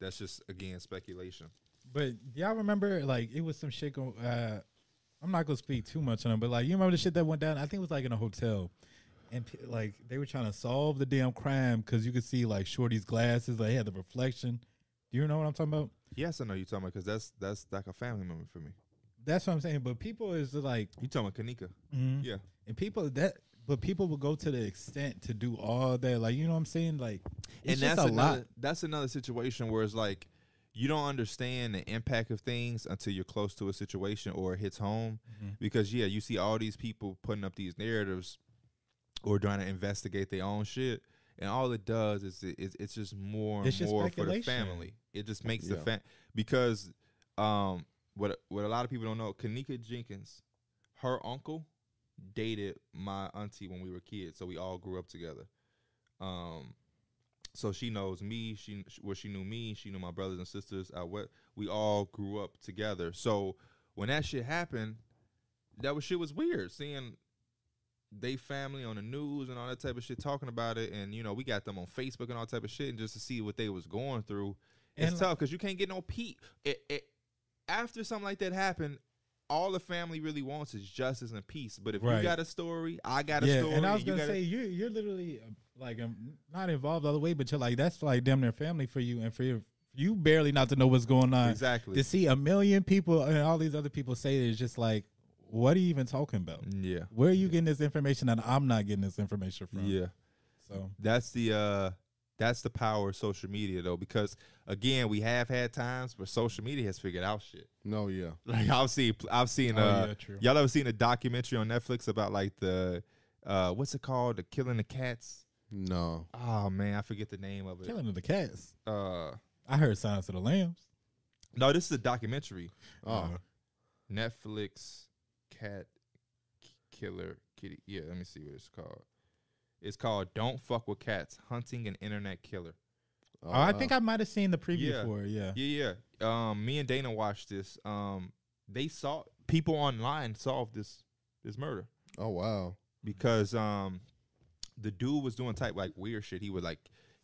That's just again speculation.
But y'all remember, like, it was some shit going. Uh, I'm not gonna speak too much on it, but like, you remember the shit that went down? I think it was like in a hotel, and pe- like they were trying to solve the damn crime because you could see like Shorty's glasses. Like, they had the reflection. Do you know what I'm talking about?
Yes, I know you're talking about because that's that's like a family member for me.
That's what I'm saying. But people is like,
You talking about Kanika?
mhm.
Yeah,
and people that, but people will go to the extent to do all that. Like, you know what I'm saying? Like,
and
it's just
that's
a
another,
lot.
That's another situation where it's like you don't understand the impact of things until you're close to a situation or it hits home.
Mhm.
Because yeah, you see all these people putting up these narratives or trying to investigate their own shit, and all it does is it, it's, it's just more and
It's just
more for the
speculation.
family. It just makes the
Yeah.
fa- because um what what a lot of people don't know, Kanika Jenkins, her uncle dated my auntie when we were kids, so we all grew up together. Um, so she knows me. She well, she knew me. She knew my brothers and sisters. I what we all grew up together. So when that shit happened, that was shit was weird. Seeing they family on the news and all that type of shit talking about it, and you know we got them on Facebook and all type of shit, and just to see what they was going through, it's
And, like-
tough because you can't get no peep. It, it, after something like that happened. All the family really wants is justice and peace. But if
Right.
you got a story, I got a story.
And I was
you
gonna
got a-
say you you're literally uh, like um, not involved all the way, but you're like that's like damn near family for you, and for you, you barely not to know what's going on.
exactly.
To see a million people and all these other people say it is just like, what are you even talking about?
yeah,
Where are you getting this information that I'm not getting this information from?
yeah.
So
That's the uh that's the power of social media though, because again, we have had times where social media has figured out shit. [laughs]
No, yeah.
Like I've seen, I've seen.
Oh,
uh,
yeah, true.
Y'all ever seen a documentary on Netflix about like the uh what's it called, the killing the cats?
No.
Oh man, I forget the name of it.
killing of the cats.
Uh,
I heard Silence of the Lambs.
no, this is a documentary.
Oh.
Uh,
Netflix cat k- killer kitty. Yeah, let me see what it's called. It's called "Don't Fuck with Cats: Hunting an Internet Killer."
Oh,
oh, I
wow.
think I might have seen the preview
Yeah.
for it. Yeah.
Yeah, yeah. Um, me and Dana watched this. Um, they saw people online solved this this murder
Oh wow.
because um, the dude was doing type like weird shit. He would like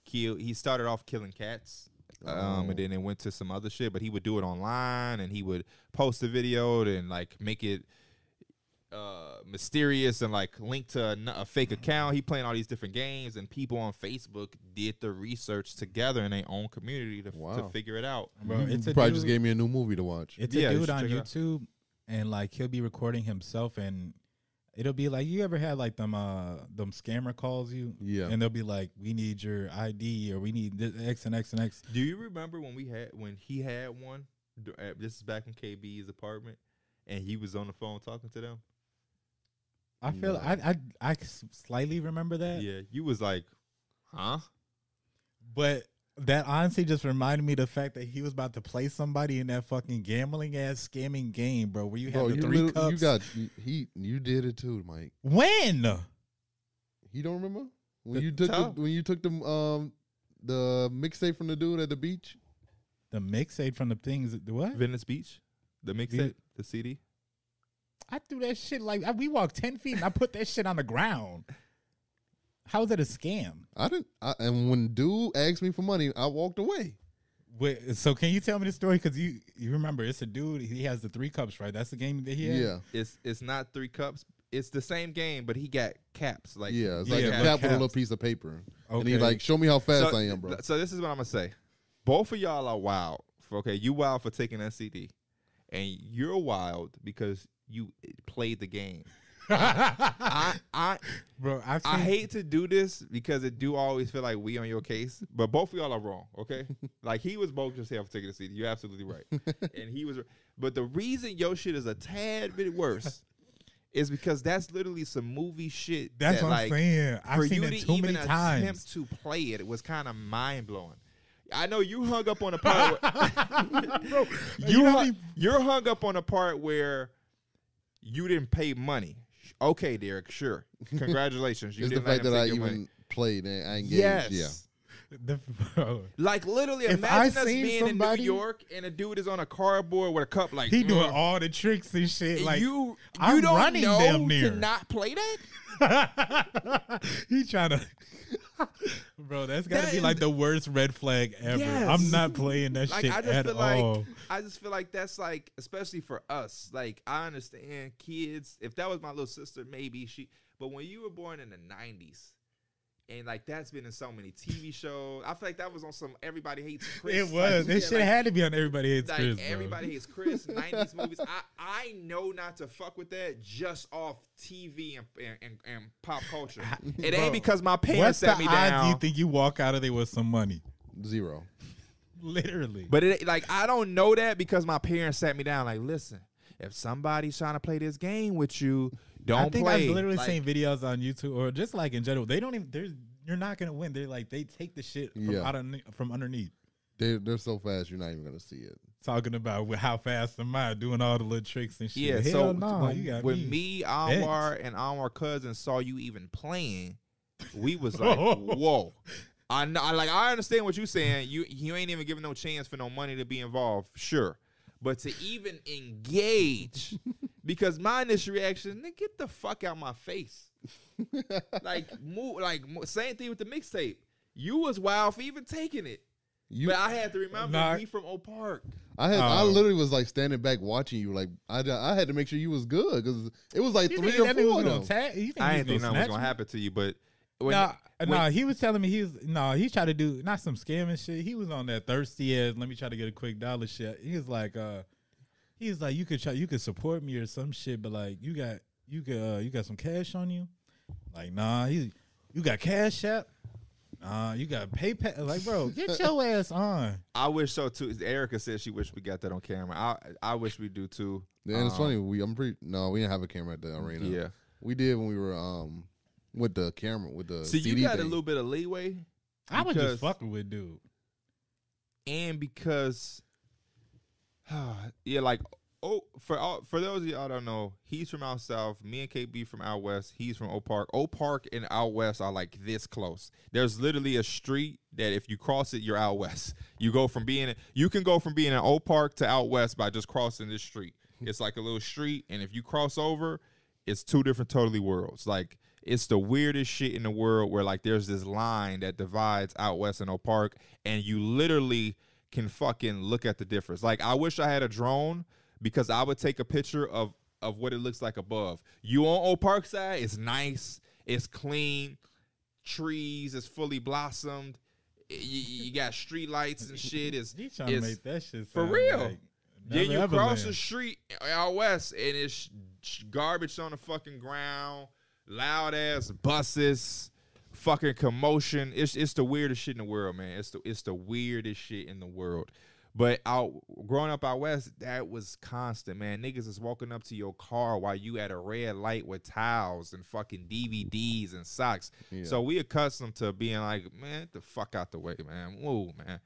kill. He started off killing cats. Um,
Oh.
and then it went to some other shit, but he would do it online and he would post a video and like make it uh mysterious and like linked to a, n- a fake account. He playing all these different games, and people on Facebook did the research together in their own community to, to
Wow.
figure it out.
Bro,
you
it's a
probably just
dude-
gave me a new movie to watch.
It's
Yeah,
a
you
dude
should
on
check it out.
YouTube, and like he'll be recording himself, and it'll be like you ever had like them uh them scammer calls you,
yeah.
and they'll be like, "We need your ID or we need this X and X and X."
Do you remember when we had when he had one? dur- uh, This is back in KB's apartment, and he was on the phone talking to them.
I feel
No.
I, I I s- slightly remember that,
Yeah, you was like, huh?
but that honestly just reminded me the fact that he was about to play somebody in that fucking gambling ass scamming game, bro. Where you had
Bro,
the
you,
three
lit-
cups.
you got he. You did it too, Mike.
when?
He don't remember when
The
you took the,
towel?
when you took the um the mixtape from the dude at the beach.
The mixtape from the things that- what?
Venice Beach, the mixtape, the CD.
I threw that shit like I, we walked ten feet and I put that shit on the ground. How is that a scam?
I didn't. I, and when dude asked me for money, I walked away.
Wait, so can you tell me the story? Because you you remember it's a dude. He has the three cups, right? That's the game that he
Yeah,
had.
yeah.
It's it's not three cups. It's the same game, but he got caps. Like
it's
he
like a
got-
cap
yeah,
with a
caps.
little piece of paper, and
Okay.
he like show me how fast
so,
I am, bro.
So this is what I'm gonna say. Both of y'all are wild. For, okay, you wild for taking that CD, and you're
[laughs]
wild because you played the game. I I
bro, I've seen,
I hate to do this because it do always feel like we on your case, but both of y'all are wrong.
[laughs]
Okay, like he was both just here for taking the seat. You're absolutely right, and he was. But the reason your shit is a tad bit
[laughs]
worse is because that's literally some movie shit.
That's
that,
what
like,
I'm saying. I've
for
seen
you
it
to
too
even
many times.
attempt to play it, was kind of mind blowing. I know you hung up on the part.
[laughs]
Where, you
you know
hu-
how many-
you're hung up on the part where you didn't pay money. Okay, Derek.
[laughs]
Sure. Congratulations. You
It's the
didn't let
fact
him
that I
take your
even
money.
played and I engaged.
Yes.
Yeah.
The, bro,
Like literally,
If I
imagine us
seen
being
somebody-
in New York and a dude is on a cardboard with a cup. Like
he doing
"Mm."
all the tricks and shit.
And
Like
you, you
I'm
don't
running
know
damn near.
to not play that.
[laughs] he trying to. [laughs] Bro, that's got
That
to be
is-
like the worst red flag ever.
Yes.
I'm not playing that
Like
shit
I just
at
feel
all.
like I just feel like that's like especially for us. Like I understand kids. If that was my little sister, maybe she. But when you were born in the '90s, and like that's been in so many TV shows, I feel like that was on some Everybody Hates Chris.
it was.
Like,
this
yeah,
shit
like,
had to be on everybody hates
like
Chris. bro.
everybody hates Chris, nineties movies. I, I know not to fuck with that just off TV and and, and, and pop culture. It
Bro,
ain't because my parents
What's the
set me
odds
down.
you think you walk out of there with some money?
Zero.
Literally.
but it like I don't know that because my parents sat me down. Like, listen, if somebody's trying to play this game with you, don't
I think
play.
I've literally
Like,
seen videos on YouTube or just like in general. They don't even. There's you're not gonna win. They're like they take the shit from
Yeah.
out of, from underneath.
They they're so fast you're not even gonna see it.
Talking about wh- how fast am I doing all the little tricks and shit.
Yeah,
Hell
so
no,
when,
you got
when
me.
me, Anwar, and Anwar cousin saw you even playing, we [laughs] was like, whoa. I know, I like I understand what you're saying. You you ain't even giving no chance for no money to be involved, sure. But to even [laughs] engage, because my initial reaction, nigga, get the fuck out my [laughs] face. like move, like mo- same thing with the mixtape. You was wild for even taking it,
You,
but I had to remember
Nah.
we from Oak Park.
I had, I
Oh.
literally was like standing back watching you. Like I, I had to make sure you was good because it was like
You
three
think
or
that dude was
four of
gonna
them.
tag- you think
I
he
didn't think nothing was
snatch
gonna
me?
happen to you, but when,
Nah,
when-
nah, he was telling me he was no, he tried to do not some scamming shit. He was on that thirsty ass. Let me try to get a quick dollar shit. He was like, uh, he was like, you could try, you could support me or some shit, but like, you got, you could, uh, you got some cash on you. Like, nah, he, you got cash app. Nah, you got PayPal. Like,
[laughs]
bro, get your ass on.
I wish so too. Erica said she wished we got that on camera. I I wish we do too.
And it's
Um,
funny.
Oh.
We I'm pretty. No, we didn't have a camera at the arena.
Yeah.
we did when we were um with the camera with the
So you
CD
got a
thing.
little bit of leeway,
I was
Because-
just fucking with dude.
and because, [sighs] yeah, like oh, for all for those of y'all that don't know, he's from out south. Me and KB from out west. He's from Oak Park. Oak Park and out west are like this close. There's literally a street that if you cross it, you're out west. You go from being you can go from being in Oak Park to out west by just crossing this street.
Hmm.
It's like a little street, and if you cross over, it's two different totally worlds. Like it's the weirdest shit in the world where like there's this line that divides out west and Oak Park, and you literally can fucking look at the difference. Like I wish I had a drone because I would take a picture of of what it looks like above. You on Oak Park side, it's nice, it's clean, trees, it's fully blossomed. y- y- You, got street lights and shit. It's,
He trying to
it's-
make that shit
for
sound
real.
Like
then
Never
you cross
Everland.
the street out west, and it's sh- sh- garbage on the fucking ground, loud ass buses, fucking commotion. It's it's the weirdest shit in the world, man. It's the it's the weirdest shit in the world. But out growing up out west, that was constant, man. Niggas is walking up to your car while you at a red light with towels and fucking DVDs and socks.
Yeah.
So we accustomed to being like, man, get the fuck out the way, man. Whoa, man.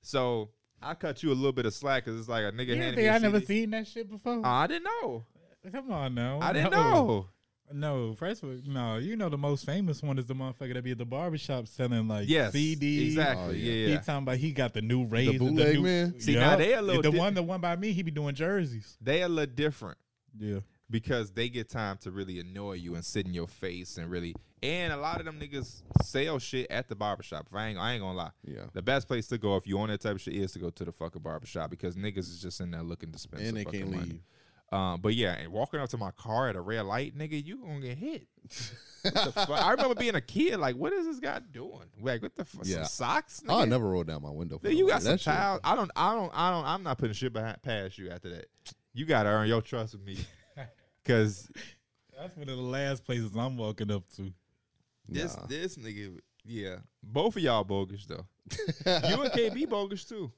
So I cut you a little bit of slack because it's like a nigga
You
handed me
think
a
I never
CD.
seen that shit before?
I didn't know.
Come on
Oh,
now.
Uh, I didn't
No.
know.
No, first of all, no, you know the most famous one is the motherfucker that be at the barbershop selling like
Yes,
CDs.
exactly.
Oh, yeah.
yeah,
He
yeah.
talking about he got the new raise, and
bootleg
new,
man?
See, now they a little
the
di-
one, the one by me. He be doing jerseys.
They a little different
Yeah,
because they get time to really annoy you and sit in your face and really. And a lot of them niggas sell shit at the barbershop. If I ain't, I ain't gonna lie.
Yeah.
The best place to go if you on that type of shit is to go to the fucking barbershop because niggas is just in there looking to spend.
And
some
they
fucking
can't
money.
leave.
Um, but yeah, and walking up to my car at a red light, nigga, you gonna get hit. What the fuck? I remember being a kid, like, what is this guy doing? Like, what the fuck?
Yeah.
Some socks?
Oh, I
nigga?
never rolled down my window. for
Then you
nobody.
got some
That shit-
child. I don't. I don't. I don't. I'm not putting shit behind, past you after that. You gotta earn your
[laughs]
trust with me, cause
that's one of the last places I'm walking up to.
This
Nah.
this nigga, yeah. Both of y'all bogus
[laughs]
though. you and KB bogus too.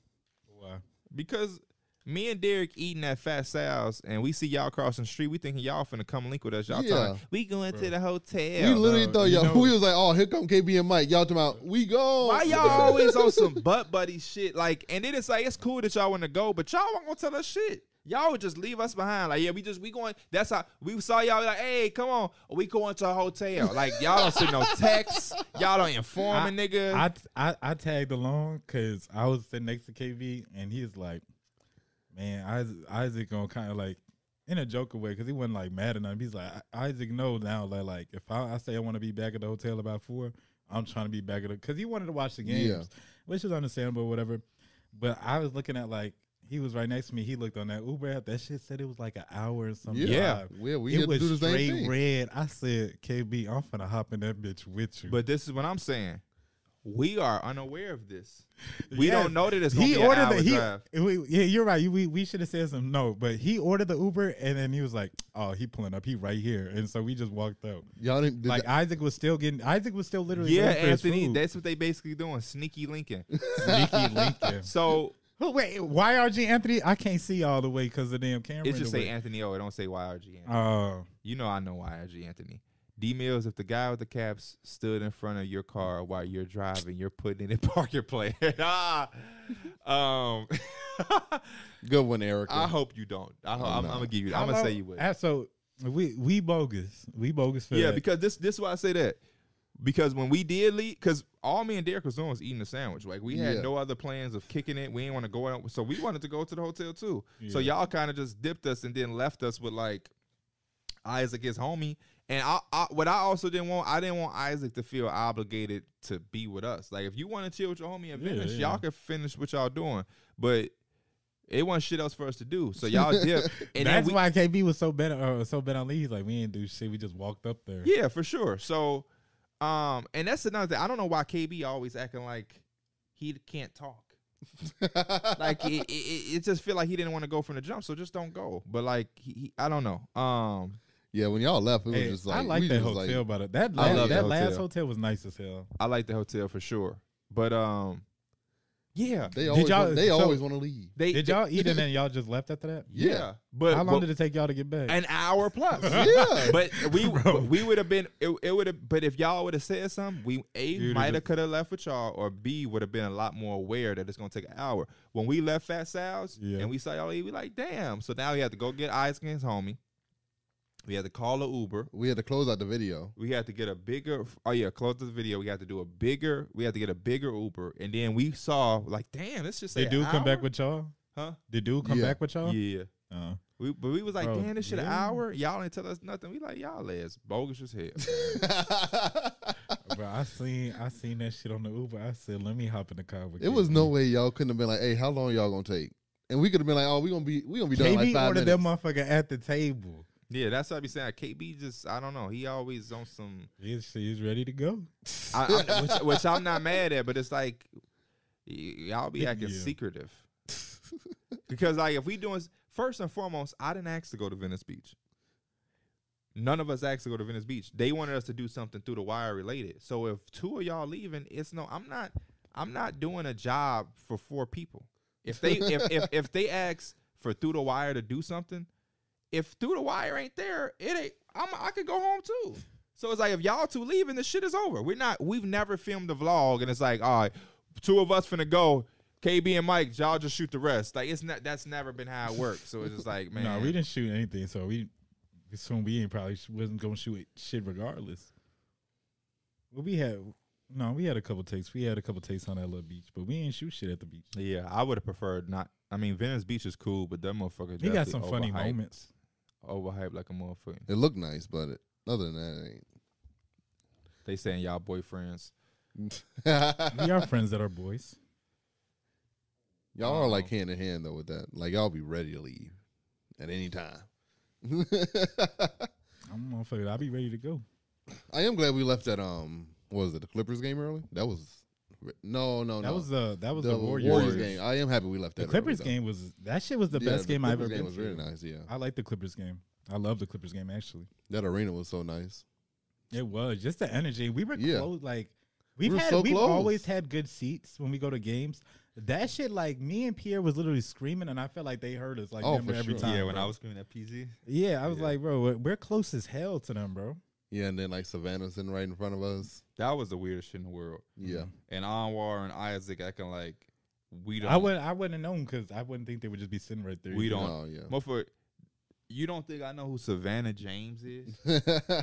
Why?
Because me and Derek eating that fat Sal's and we see y'all crossing the street, we thinking y'all finna come link with us. Y'all
Yeah.
talking, we going to
Bro.
the hotel.
we literally
bro,
thought
you
y'all. [laughs]
know-
we was like, oh, here come KB and Mike. Y'all talking about we go. [laughs]
[laughs]
Why y'all always on some butt buddy shit? Like, and then it's like it's cool that y'all want to go, but y'all won't gonna tell us shit. Y'all would just leave us behind. Like, yeah, we just we going. That's how we saw y'all. Like, hey, come on, we going to a hotel. Like, y'all don't send no texts. Y'all don't inform a nigga.
[laughs]
I, I I tagged along because I was sitting next to KB and he's like, man, Isaac, Isaac gonna kind of like in a joker way because he wasn't like mad enough. He's like, "I- Isaac knows now that like if I, I say I want to be back at the hotel about four, I'm trying to be back at the because he wanted to watch the games,
Yeah.
which is understandable, or whatever. But I was looking at like he was right next to me. He looked on that Uber app. That shit said it was like an hour or something.
Yeah.
drive.
Yeah, we
it
had to
was
do the
straight
same thing.
red. I said, KB, I'm finna hop in that bitch with you.
but this is what I'm saying. We are unaware of this. We
Yes.
don't know that it's gonna
he
be an
ordered
hour
the he,
drive.
we- yeah you're right You- we, we should have said some no but he ordered the uber and then he was like oh he pulling up he right here and so we just walked out
Y'all didn't. Did
like isaac was still getting isaac was still literally
Yeah,
waiting for his
Anthony,
food.
that's what they basically doing. Sneaky
[laughs]
linking.
sneaky lincoln
So
oh, wait why rg anthony i can't see all the way because the damn camera
it's
in
just
the
say
way.
Anthony O. It don't say YRG. Anthony.
oh
You know I know why, IG Anthony. D Mills, if the guy with the caps stood in front of your car while you're driving, you're putting it [laughs] in park your play. [laughs] ah, um,
good one, Erica.
I hope you don't. I hope,
Oh,
I'm,
no.
I'm gonna give you.
How
I'm gonna say
about-
you would.
ah, so we we bogus we bogus for
Yeah,
that.
because this this is why I say that. Because when we did leave, because all me and Derek was doing was eating a sandwich. Like we had
Yeah.
no other plans of kicking it. We didn't want to go out, so we wanted to go to the hotel too. So
Yeah.
y'all kind of just dipped us and then left us with like Isaac is homie. And I, I what I also didn't want, I didn't want Isaac to feel obligated to be with us. Like if you want to chill with your homie and
Yeah,
finish,
yeah.
y'all can finish what y'all doing. But it wasn't shit else for us to do. So
[laughs]
y'all dip. And then
that's
we,
why KB was so bad, uh, so bad on Lee. He's like, we didn't do shit. We just walked up there.
Yeah, for sure. So, um, and that's another thing. I don't know why KB always acting like he can't talk. Like it, it, it it just feel like he didn't want to go from the jump, so just don't go. But like, he, he I don't know. Um,
[laughs] yeah, when y'all left, it was
Hey,
just like
I like
we
that
just
hotel,
Like,
by the that
I
last,
love
that
that
last
hotel.
hotel was nice as hell.
I like the hotel for sure, but um, yeah,
they always,
y'all-
want, they
so-
always want to leave.
they
Did y'all eat and then y'all just left after that?
yeah,
Yeah.
[laughs] but
How long
but
did it take y'all to get back?
an hour
[laughs]
plus.
Yeah.
[laughs] But we
Bro.
we would have been it, it would have but if y'all would have said something, we A
You'd
might have
have-
could have left with y'all or B would have been a lot more aware that it's gonna take an hour. When we left Fat Sal's
Yeah.
and we saw y'all eat, we like, damn. So now we had to go get Isaac and his homie. We had to call an Uber.
We had to close out the
[laughs]
video.
We had to get a bigger oh yeah, close to the video. We had to do a bigger we had to get a bigger Uber. And then we saw like, damn, this just
Did
an
dude come back
hour?
with y'all?
huh?
Did dude come
Yeah.
back with y'all?
Yeah.
Uh,
We, but we was like,
Bro,
damn, this shit an
yeah.
hour. Y'all didn't tell us nothing. We like, y'all ass bogus as hell.
bro, I seen I seen that shit on the Uber. I said, let me hop in the car with
it was no way y'all couldn't have been like, hey, how long y'all gonna take? And we could have been like, oh, we gonna be we gonna be done in
KB
like five
ordered
minutes.
that motherfucker at the table.
Yeah, that's what I be saying. KB just, I don't know. He always on some,
He's, he's ready to go.
I, I'm- which, which I'm not mad at, but it's like y- y'all be acting
Yeah.
secretive. because like if we doing first and foremost, I didn't ask to go to Venice Beach. None of us asked to go to Venice Beach. They wanted us to do something through the wire related. So if two of y'all leaving, it's no. I'm not. I'm not doing a job for four people. If they if if, if they ask for through the wire to do something, if through the wire ain't there, it ain't. I'm I could go home too. So it's like if y'all two leaving, the shit is over. We're not. We've never filmed a vlog, and it's like, all right, two of us finna go. KB and Mike, y'all just shoot the rest. Like it's not. That's never been how it works. So it's just
[laughs]
like, man,
No, we didn't shoot anything, so we assume we ain't probably sh- wasn't gonna shoot shit regardless. Well, we had no, we had a couple takes. We had a couple takes on that little beach, but we ain't shoot shit at the beach.
Yeah, I would have preferred not. I mean, Venice Beach is cool, but that motherfucker.
He got
definitely
some funny
overhyped-
moments.
Overhyped like a motherfucker.
It looked nice, but it, other than that, it ain't. [laughs]
They saying y'all boyfriends.
we are friends that are boys.
Y'all are like
Uh-huh.
Oh.
hand in hand though with that. Like y'all be ready to leave at any time. [laughs]
I'm motherfucker. I'll be ready to go.
I am glad we left at um what was it the Clippers game early? That was no Oh, no no.
That was the that was the,
the
Warriors.
game. I am happy we left that.
The
early,
Clippers
though.
game was that shit was the
Yeah,
best game I ever
Clippers game
been.
was
to.
really nice. Yeah,
I like the Clippers game. I love the Clippers game actually.
that arena was so nice.
It was just the energy. We were
Yeah.
close. Like we've
were
had,
so
we've
close.
always had good seats when we go to games. That shit, like me and Pierre was literally screaming, and I felt like they heard us. Like
Oh,
damn near
for
every
sure.
time.
yeah, when
bro.
I was screaming at PZ.
Yeah, I was
Yeah.
like, bro, we're, we're close as hell to them, bro.
Yeah, and then like Savannah sitting right in front of us.
That was the weirdest shit in the world.
Yeah.
And Anwar and Isaac acting like we don't
I wouldn't, I wouldn't have known because I wouldn't think they would just be sitting right there.
We don't-
Oh yeah.
Motherfucker, you don't think I know who Savannah James is?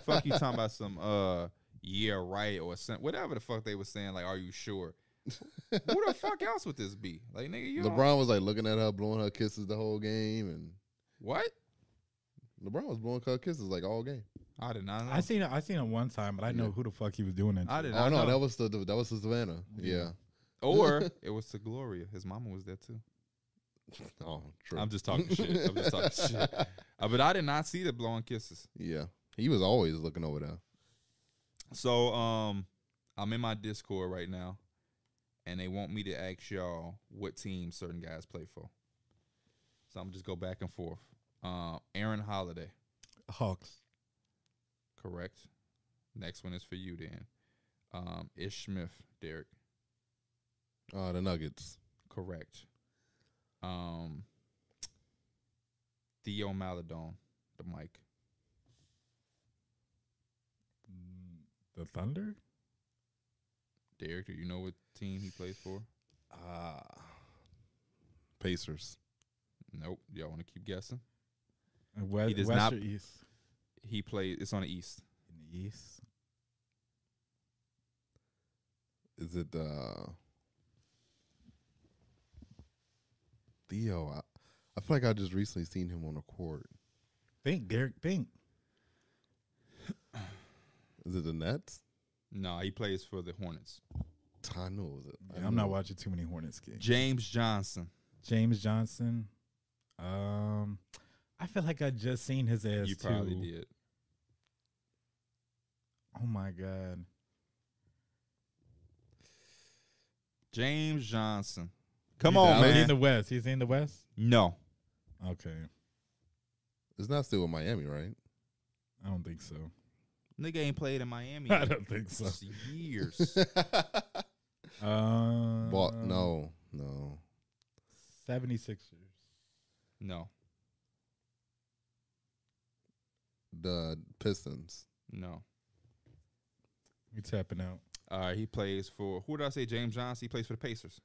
fuck you talking about some uh yeah right or some, whatever the fuck they was saying like are you sure who the fuck else would this be like nigga you LeBron.
LeBron was like looking at her, blowing her kisses the whole game, and
what
LeBron was blowing her kisses like all game.
I did not know
I seen it. I seen it one time, but I know
Yeah.
who the fuck he was doing it.
I
to.
did not
Oh no,
know
that was the that was the Savannah. Yeah.
Yeah.
or it was to Gloria his mama was there too
Oh, true.
I'm just talking shit I'm just
[laughs]
talking shit Uh, but I did not see the blowing kisses
Yeah, he was always looking over there.
so um I'm in my Discord right now and they want me to ask y'all what team certain guys play for so I'm just go back and forth uh, Aaron Holiday
Hawks.
Correct. Next one is for you, Dan. Um, Ish Smith, Derek.
Oh, the Nuggets.
Correct. Um, Theo Maladon, the mic.
The Thunder.
Derek, do you know what team he plays for?
Ah, Pacers.
Nope. Y'all want to keep guessing?
West,
He does
West
not-
or East?
He plays. It's on the East.
In the East.
Is it uh Theo? I, I feel like I just recently seen him on the court.
Think, Derek. Think.
Is it the Nets?
No, he plays for the Hornets.
I knew it was it. I
Yeah, I'm not
knew it.
watching too many Hornets games.
James Johnson.
James Johnson. Um, I feel like I just seen his ass
you probably
too.
did.
Oh my god.
James Johnson. Come
He's
on,
out.
He's in
man.
the West. He's in the West.
No.
Okay.
It's not still with Miami, right?
I don't think so.
Nigga ain't played in Miami
[laughs] I don't think so.
in
[laughs]
years.
[laughs]
Um,
Ball, no, no.
76ers.
no.
The Pistons.
No.
We tapping out.
Uh, he plays for who did I say? James Johnson. He plays for the Pacers.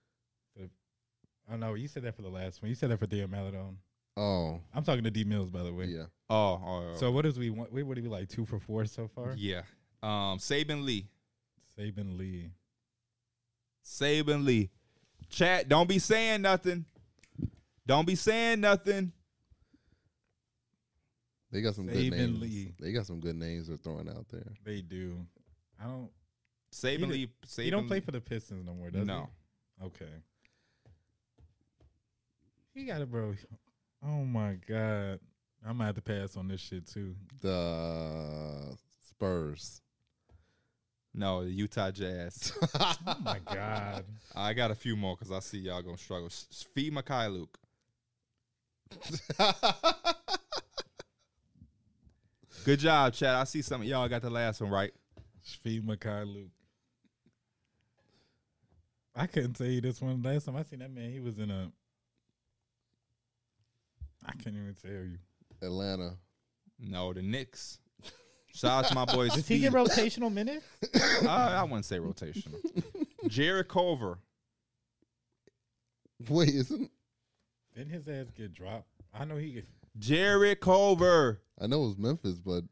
Oh no, you said that for the last one. You said that for Theo Maladon.
Oh,
I'm talking to D Mills, by the way.
yeah.
Oh, oh, oh.
So what is we want? We would be like two for four so far.
yeah. Um, Saban Lee,
Saban Lee.
Saban Lee. Chat, don't be saying nothing. Don't be saying nothing.
They got some
Saban
good names.
Lee.
They got some good names they're throwing out there.
They do. I don't.
Saban
He did-
Lee. Saban
he don't play
Lee-
for the Pistons no more, does
No.
he? Okay. He got it, bro. Oh my god. I'm gonna have to pass on this shit too.
The Spurs.
No, the Utah Jazz.
Oh
[laughs]
my god.
I got a few more because I see y'all gonna struggle. S- S- Feed Makai Luke. [laughs] Good job, Chad. I see some of y'all got the last one right.
Shfee Makai Luke. I couldn't tell you this one. Last time I seen that man, he was in a. I can't even tell you.
Atlanta. [laughs]
No, the Knicks. Shout out to my boys. Uh,
Does he get rotational minutes?
I, I wouldn't say rotational. Jared Culver.
Wait, isn't
[laughs] Didn't his ass get dropped? I know he. Get,
Jared Culver.
I know it was Memphis, but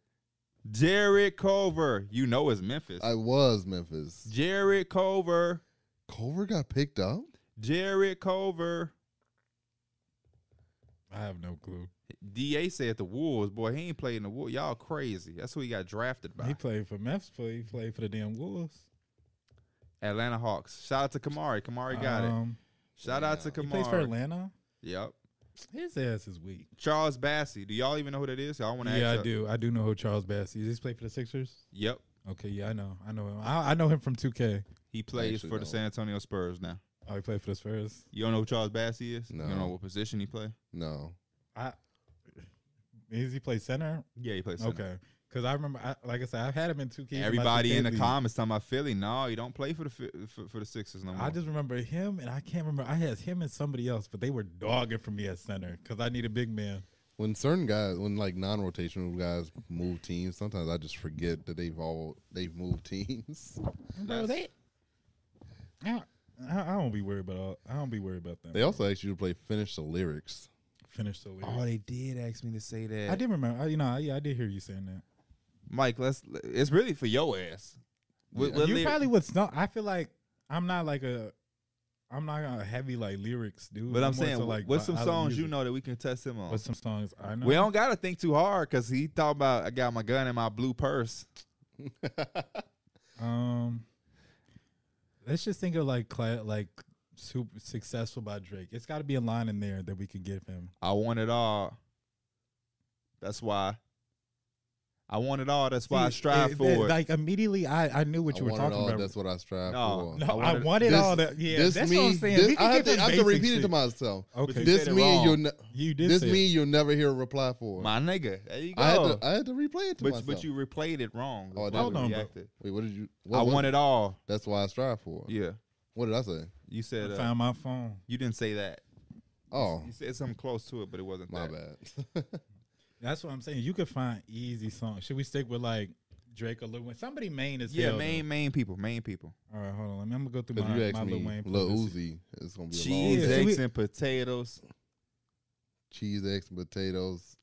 Jared Culver. You know it's Memphis.
I was Memphis.
Jared Culver.
Culver got picked up.
Jared Culver.
I have no clue.
DA said the Wolves. Boy, he ain't playing the Wolves. Y'all crazy. That's who he got drafted by.
He played for Memphis. Play. He played for the damn Wolves.
Atlanta Hawks. Shout out to Kamari. Kamari got it.
Um,
Shout out to
yeah.
Kamari.
He plays for Atlanta.
Yep.
His ass is weak.
Charles Bassey. Do y'all even know who that is? Y'all want to
Yeah,
ask
I
y'all-
do. I do know who Charles Bass is. He's played for the Sixers.
Yep.
Okay, yeah, I know. I know him. I, I know him from 2K.
He plays
actually
for the
don't.
San Antonio Spurs now.
Oh, he played for the Spurs.
You don't know who Charles Bassey is? You
No.
don't know what position he play?
No,
I. Is he play center?
Yeah, he plays. center.
Okay. Because I remember, I, like I said, I've had him in two keys.
Everybody in the comments talking about Philly. No, you don't play for the Fi- for, for the Sixers no more.
I just remember him, and I can't remember. I had him and somebody else, but they were dogging for me at center because I need a big man.
When certain guys, when like non-rotational guys move teams, sometimes I just forget that they've all they've moved [laughs] teams.
Bro,
That's-
they, I, I, I don't be worried about. All, I don't be worried about them.
They also ask you to play finish the lyrics.
finished so weird.
oh, they did ask me to say that.
I did remember. I, you know, I, yeah, I did hear you saying that.
Mike. Let's. It's really for your ass. What- what
you
lyric-
probably would stump. I feel like I'm not like a, I'm not a heavy like lyrics dude.
but I'm
more
saying,
so,
like, what's
vi-
some
I love
songs you
music.
know that we can test him on?
What's some songs I know?
We don't gotta think too hard because he talking about I got my gun in my blue purse.
um, let's just think of like cla- like super successful by Drake. It's got to be a line in there that we could give him.
I want it all. That's why. I want it all. That's why I
See,
strive
it-
for
it-
it.
Like immediately, I I knew what
I
you were
want it
talking
all,
about.
That's what I strive
No.
for.
no,
I
I,
wanted-
wanted
This-
all that. Yeah,
this
that's
me,
what I'm saying.
this-
we can
I have
give
to,
him
I have to
basic
repeat it to
shit.
myself.
You
Okay,
said
This
it
me and you'll
wrong.
ne-
you did.
this
say it.
me and you'll never hear a reply for.
My nigga, there you go.
I had to I had to replay it to
but
myself.
but you replayed it wrong.
Oh, I
That's
did.
why
Hold
we
on, bro.
reacted.
wait, what did you?
I
What was
want
it?
it all.
That's why I strive for.
Yeah,
What did I say?
you said
I
uh,
found my phone.
you didn't say that.
Oh,
You said something close to it, but it wasn't.
my
that.
bad. [laughs]
That's what I'm saying. You could find easy songs. Should we stick with like Drake or Lil Wayne? Somebody main is
Yeah, main main people, main people.
All right, hold on. Let me, I'm gonna go through
Because
my,
you asked
my Lil
me,
Wayne.
Lil
playlist.
Uzi, it's gonna be a long
Cheese,
yeah, so
eggs,
we-
and potatoes.
cheese, eggs, and potatoes.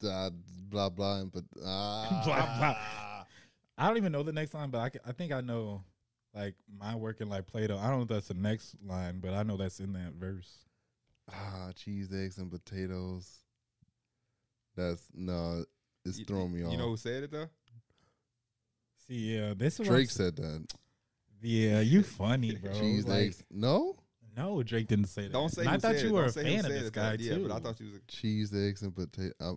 Blah blah blah, and pot-
[laughs]
ah,
[laughs] Blah, blah. I don't even know the next line, but I, can, I think I know like my working like Play-Doh. I don't know if that's the next line, but I know that's in that verse.
ah, cheese, eggs, and potatoes. That's no, it's
You-
throwing me off.
You know who said it though?
See, yeah, this is what I'm
Drake
s-
said that.
Yeah, you funny,
[laughs]
bro.
cheese,
Like,
eggs, no,
No, Drake didn't say that.
Don't say.
And I
who
thought
said
you
it.
were
Don't
a
say who
fan of
said
this
it,
guy
though. Yeah,
too.
but I thought you was. A,
cheese, eggs, and potato. I-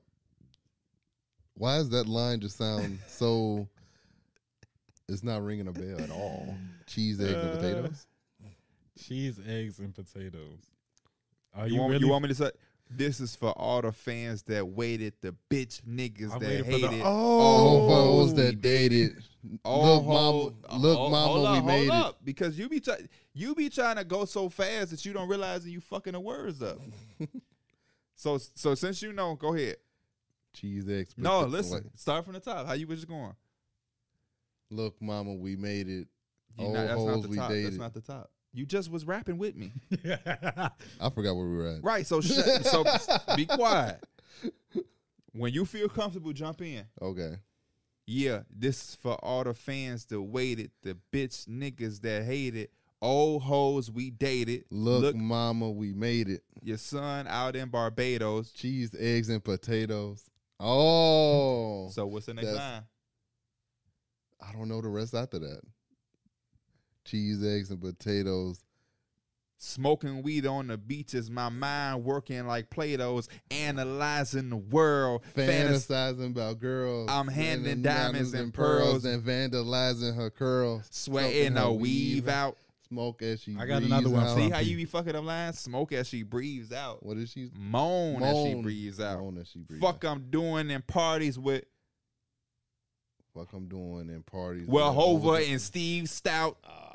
Why does that line
[laughs]
just sound so? It's not ringing a bell at all. Cheese, eggs, and
Uh,
potatoes.
cheese, eggs, and potatoes. Are
you,
you,
want,
really?
you want me to say? This is for all the fans that waited, the bitch niggas
I
that
waited for the-
hated.
All
Oh,
foes that dated.
Oh,
look, mama,
hold-
look,
oh,
mama,
hold
we
up,
made
hold
it.
up, because you be try you be trying to go so fast that you don't realize that you fucking the words
[laughs]
up. so so since you know, go ahead.
Cheese, eggs.
No,
pota-
listen.
wait.
Start from the top. How you was going?
Look, mama, we made it.
You
Old
not, that's not
hoes
the
we
top. That's
dated.
not the top. You just was rapping with me,
[laughs]
I forgot where we were at.
right? So shut,
[laughs]
so be quiet. When you feel comfortable, jump in.
Okay.
Yeah, this is for all the fans that waited, the bitch niggas that hated, old hoes we dated.
Look,
Look,
mama, we made it.
your son out in Barbados.
Cheese, eggs, and potatoes. Oh,
So what's the next
That's-
line?
I don't know the rest after that. Cheese, eggs, and potatoes.
Smoking weed on the beach is my mind working like Plato's, analyzing the world. Fantas-
Fantasizing about girls.
I'm
and
handing
them
diamonds and pearls.
and vandalizing her curls.
sweating
Smoking
a
her
weave
weave
out.
Smoke as she.
I got
breathes
another one.
out.
See
R.I.P.
how you be fucking up lines? Smoke as she breathes out.
What is she?
Moan, as she
Moan.
breathes out.
Moan as she breathes
Fuck
out.
I'm doing in parties with
Fuck I'm doing in parties.
Well
over
Hova and Steve Stout.
Ah.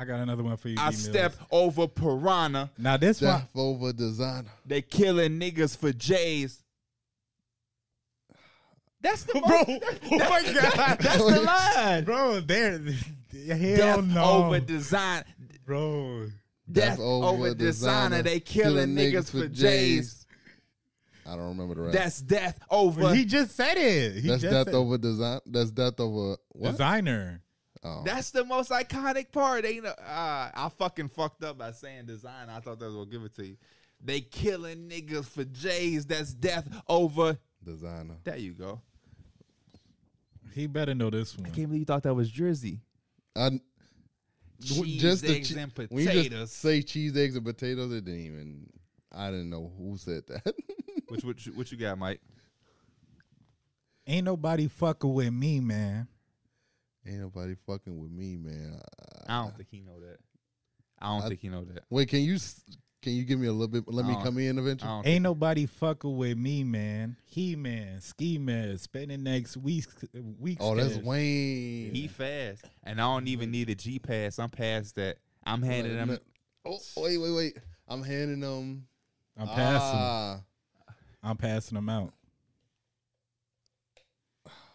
I got another one for you.
I
D. Mills.
step over Piranha.
Now this one,
Jeff over designer.
They killing niggas for J's. That's the
bro.
[laughs] most-
oh my
[laughs]
god,
That's the
[laughs]
line.
bro. There, hell
Death
no,
over design.
bro.
Death,
That's
over, designer. They killing niggas for J's.
I don't remember the rest.
That's death over.
he just said it. He
That's
just
death
said
over design. That's death over what?
designer.
Oh.
That's the most iconic part. Ain't no- uh, I fucking fucked up by saying designer. I thought that was gonna give it to you. They killing niggas for J's. That's death over.
designer.
There you go.
He better know this
I
one.
can't believe you thought that was Drizzy.
I,
Cheese,
the
eggs,
che-
and
When you
potatoes.
just say cheese, eggs, and potatoes, it didn't even. I didn't know who said that. [laughs]
Which what you, what you got, Mike?
Ain't nobody fucking with me, man.
Ain't nobody fucking with me, man. I-
I don't think he know that. I don't
I-
think he know that.
Wait, can you s- Can you give me a little bit? Let
I
me
don't-
come in
I
eventually.
don't
Ain't nobody fucking with me, man. He man, ski man, spending next week weeks.
Oh, that's
there.
Wayne. [laughs]
He fast, and I don't even need a G pass. I'm past that. I'm handing
Like,
him.
Oh wait, wait, wait! I'm handing them.
I'm passing.
Ah,
I'm passing them out.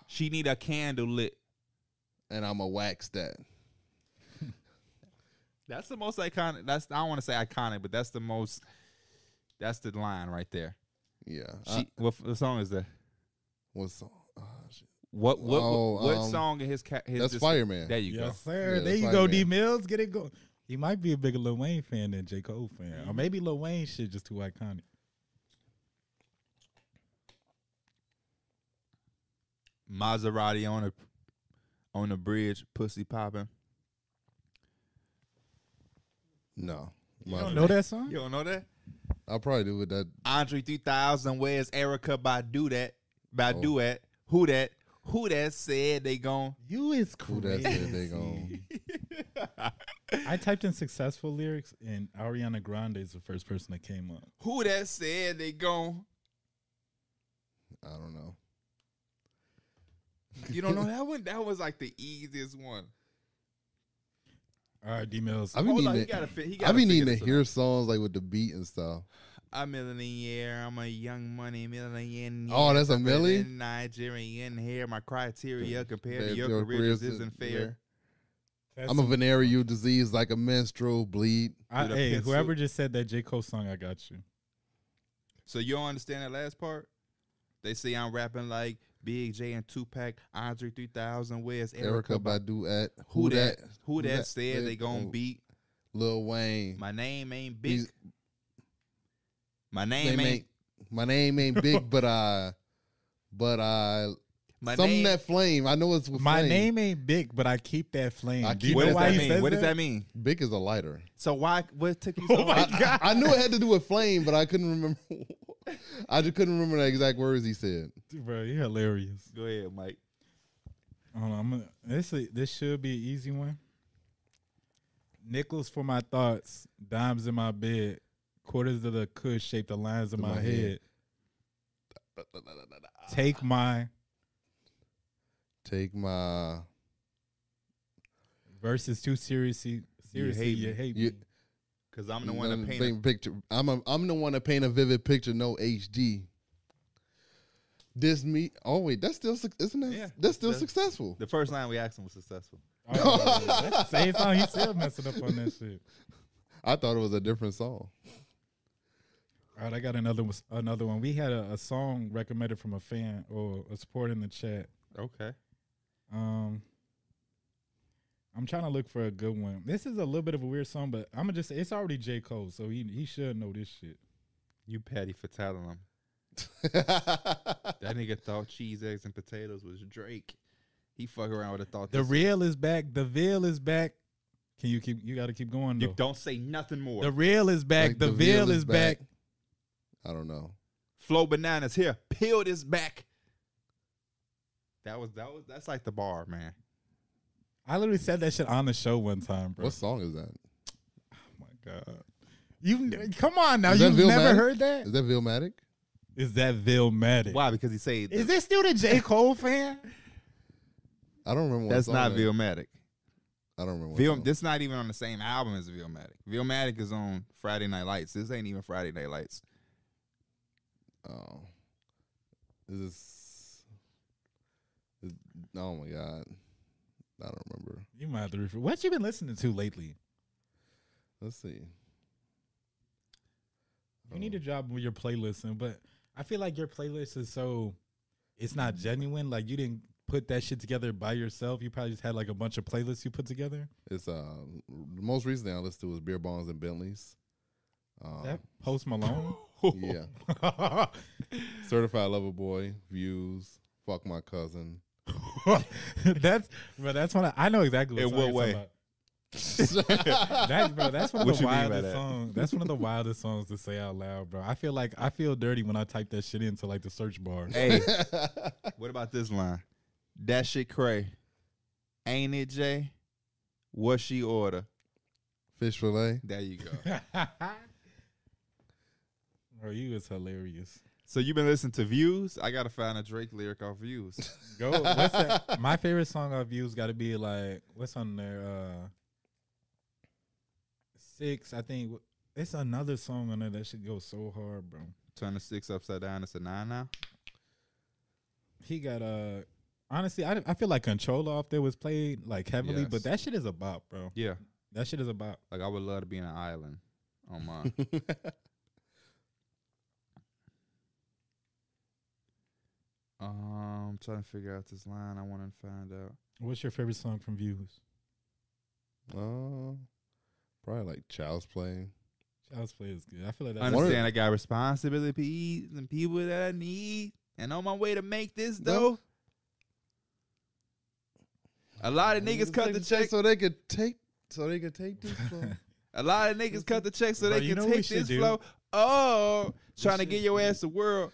She need a candle lit.
and I'm a wax that.
That's the most iconic. That's I don't want to say iconic, but that's the most. That's the line right there.
Yeah.
She,
I,
what, what song is that?
what's song? Ah, shit.
What what
Oh,
what,
um,
song in his ca- his
That's
dis-
Fireman.
There you
yes,
go.
sir.
Yeah,
there
that's
you
why,
go,
man.
D Mills. Get it going. He might be a bigger Lil Wayne fan than J. Cole fan.
Mm-hmm.
Or maybe Lil Wayne shit just too iconic.
Maserati on a on the bridge, pussy popping.
No.
You don't
My-
Know that song?
You don't know that?
I'll probably do with that.
Andre 3000, where's Erica Badu that? Badu
Oh.
at? Who that? Who that said they gone?
You is
Who that
crazy.
said they gone?
I typed in successful lyrics, and Ariana Grande is the first person that came up.
Who that said they gone?
I don't know.
You don't know that one? That was like the easiest one.
All right, D Mills.
I be
Hold on, he
needing.
gotta
To,
fit. He
I
gotta
be
figure
needing
this
to
out.
hear songs like with the beat and stuff.
A millionaire, I'm a young money millionaire.
Oh, that's a
Better
millie?
than Nigerian hair. My criteria compared to
Babe,
your,
your
career
career's
just isn't
in-
fair.
That's
I'm a venereal disease like a menstrual bleed.
I,
Dude, a
hey,
pencil.
whoever just said that J. Cole song, I got you.
So you don't understand that last part? They say I'm rapping like Big J and Tupac, Andre 3000. Where's Erica?
Erica
Badu?
Badu at
Who that? Who that,
that
said they gon'
oh,
beat?
Lil Wayne.
My name ain't big.
He's-
my name
name
ain't.
ain't- my name ain't
[laughs]
big, but I, but I,
my
something
name.
that flame. I know it's with
My
flame.
name ain't big, but I keep that flame.
I
Do you
keep
what
know
does
why
that
he
mean?
says
What
that?
does that mean?
Big is
[laughs]
a lighter.
So why? What took [laughs] you so
Oh my
long?
God.
I, I knew it had to do with flame, but I couldn't remember. [laughs] I just couldn't remember the exact words he
[laughs]
said.
Dude, Bro, you're hilarious.
Go ahead, Mike.
Hold on, I'm gonna, this is- this should be an easy one. Nickels for my thoughts, dimes in my bed, quarters of the cush shape the lines of
To
my,
my
head.
head.
Take my
Take my.
verses too seriously. Seriously,
hate
you
me.
hate me.
You-
[laughs]
Cause I'm the one that
I'm
painted.
paint picture. I'm a, I'm the one to paint a vivid picture. No HD. This me. Oh wait, that's still suc- isn't that?
Yeah.
that's still
The-
successful.
The first line we asked him was successful.
Oh, that's the same song he still messing up on that shit.
I thought it was a different song. [laughs]
All right, I got another one- another one. We had a, a song recommended from a fan or a support in the chat.
Okay.
Um, I'm trying to look for a good one. This is a little bit of a weird song, but I'm gonna just say it's already J Cole, so he he should know this shit.
You petty for telling him. That nigga thought cheese, eggs, and potatoes was Drake. He fuck around with a thought.
The
this-
real is back. The veil is back. Can you keep? You got to keep going.
you
Though.
don't say nothing more.
The real is back.
Like,
the, veil is back.
I don't know.
Flow bananas here. Peel this back. That was that was that's like the bar, man.
I literally said that shit on the show one time, bro.
What song is that?
oh my god. You come on now.
Is that
You've
Veil
never
Matic?
heard that?
Is that Vilmatic?
Is that Veil Matic?
Why? Because he said
Is this still the J Cole fan?
I don't remember. What
that's
song
not
that-
Vilmatic.
I don't remember. What
Vil,
song.
this not even on the same album as Vilmatic. Vilmatic is on Friday Night Lights. This ain't even Friday Night Lights.
Oh, is this? is- oh my god, I don't remember.
You might have to refer. What you been listening to lately?
Let's see.
You need to drop with your playlist, and but I feel like your playlist is so it's not genuine. Like you didn't put that shit together by yourself. You probably just had like a bunch of playlists you put together.
It's uh, the most recently I listened to was Beer Bongs and Bentleys. Um,
that Post [laughs] Malone.
yeah, Certified Lover Boy, Views, Fuck My Cousin.
[laughs] that's bro. That's one. Of, I know exactly. What
In
song
what
you're talking
way?
about. [laughs] That, bro, that's one of
What
the
you mean by
wildest
that?
songs. That's one of the wildest songs to say out loud, bro. I feel like I feel dirty when I type that shit into like the search bar.
hey, what about this line? That shit cray. Ain't it Jay? What she order?
[laughs]
Fish fillet.
There you go.
Bro, you is hilarious.
So you've been listening to Views. I gotta find a Drake lyric off Views.
Go. What's
[laughs]
that? My favorite song I've used got to be like what's on there. Uh, six, I think. It's another song on there that should go so hard, bro.
Turn the six upside down. It's a nine now.
He got Uh, honestly, I, I feel like Control off there was played like heavily,
Yes.
but that shit is a bop, bro.
Yeah,
That shit is a bop.
like I would love to be in an island on
[laughs] Uh,
my Um, I'm trying to figure out this line. I want to find out.
What's your favorite song from Views?
Uh, probably like Child's Play.
Child's Play is good. I feel like
I
that's
One of-
understand I got responsibilities and people that I need, and on my way to make this though. A lot of niggas cut the check.
so they could take so they could take
[laughs]
this. flow.
A lot of niggas cut the check so
Bro,
they
you
can
know what we
take
should
this
do?
flow. Oh, trying to
should-
get your ass the world.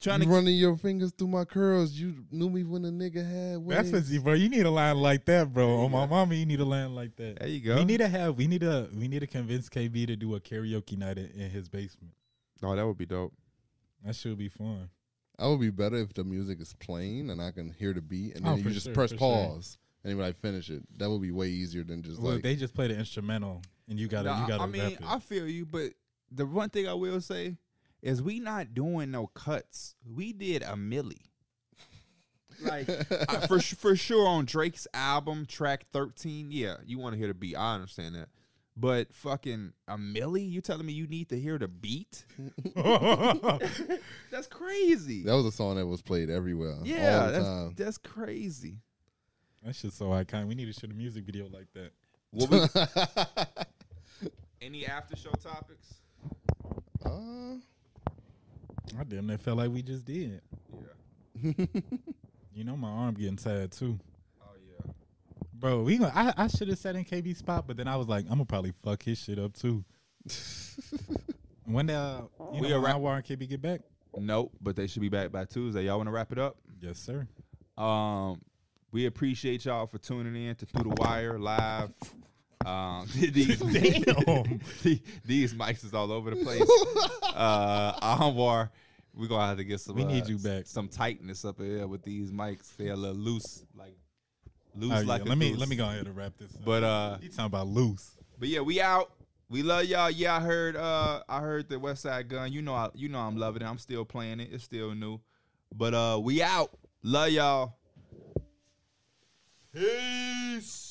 Trying
you
to
running your fingers through my curls. You knew me when a nigga had
That's
waves.
what you, bro. You need a line like that, bro. Oh my mama, you need a line like that.
There you go.
We need to have. We need to. We need to convince KB to do a karaoke night in, in his basement.
oh, that would be dope.
That should be fun.
I would be better if the music is playing and I can hear the beat, and
Oh,
then
for
you just
sure,
press
for sure.
pause and when I finish it, that would be way easier than just
Well,
like
they just play the instrumental, and you gotta.
Nah,
you gotta.
I
rap
mean,
it.
I feel you, but the one thing I will say is we not doing no cuts. We did a millie. Like [laughs] I- for su- for sure on Drake's album track 13, yeah, you want to hear the beat. I understand that. But fucking a millie, you telling me you need to hear the
[laughs]
beat? That's crazy.
that was a song that was played everywhere. all
yeah,
the
that's,
time.
that's crazy.
that shit's so iconic. We need to shoot a music video like that.
What we, any after show topics?
[laughs] Uh,
I damn near felt like we just did.
Yeah.
Uh, [laughs]
You know, my arm getting tired too,
Oh yeah.
bro. We gonna, I, I should have sat in KB spot, but then I was like, I'm gonna probably fuck his shit
[laughs]
up too. when uh, you
We
know,
a
when
wrap-
Anwar and KB get back,
Nope, but they should be back by Tuesday. Y'all want to wrap it up?
yes sir.
Um, we appreciate y'all for tuning in to Through the Wire live. Um, [laughs] these,
[laughs] Damn.
the- [laughs] these mics is all over the
[laughs]
place. Uh, Anwar, we gonna have to get some.
We need
uh,
you back.
Some tightness up here with these mics. They're a little loose, like loose.
Oh, yeah.
like a
let me
goose.
let me go ahead and wrap this. Up.
But uh,
you talking about loose?
but yeah, we out. We love y'all. Yeah, I heard. Uh, I heard the West Side Gun. You know, I, you know, I'm loving it. I'm still playing it. It's still new. But uh, we out. Love y'all. Peace.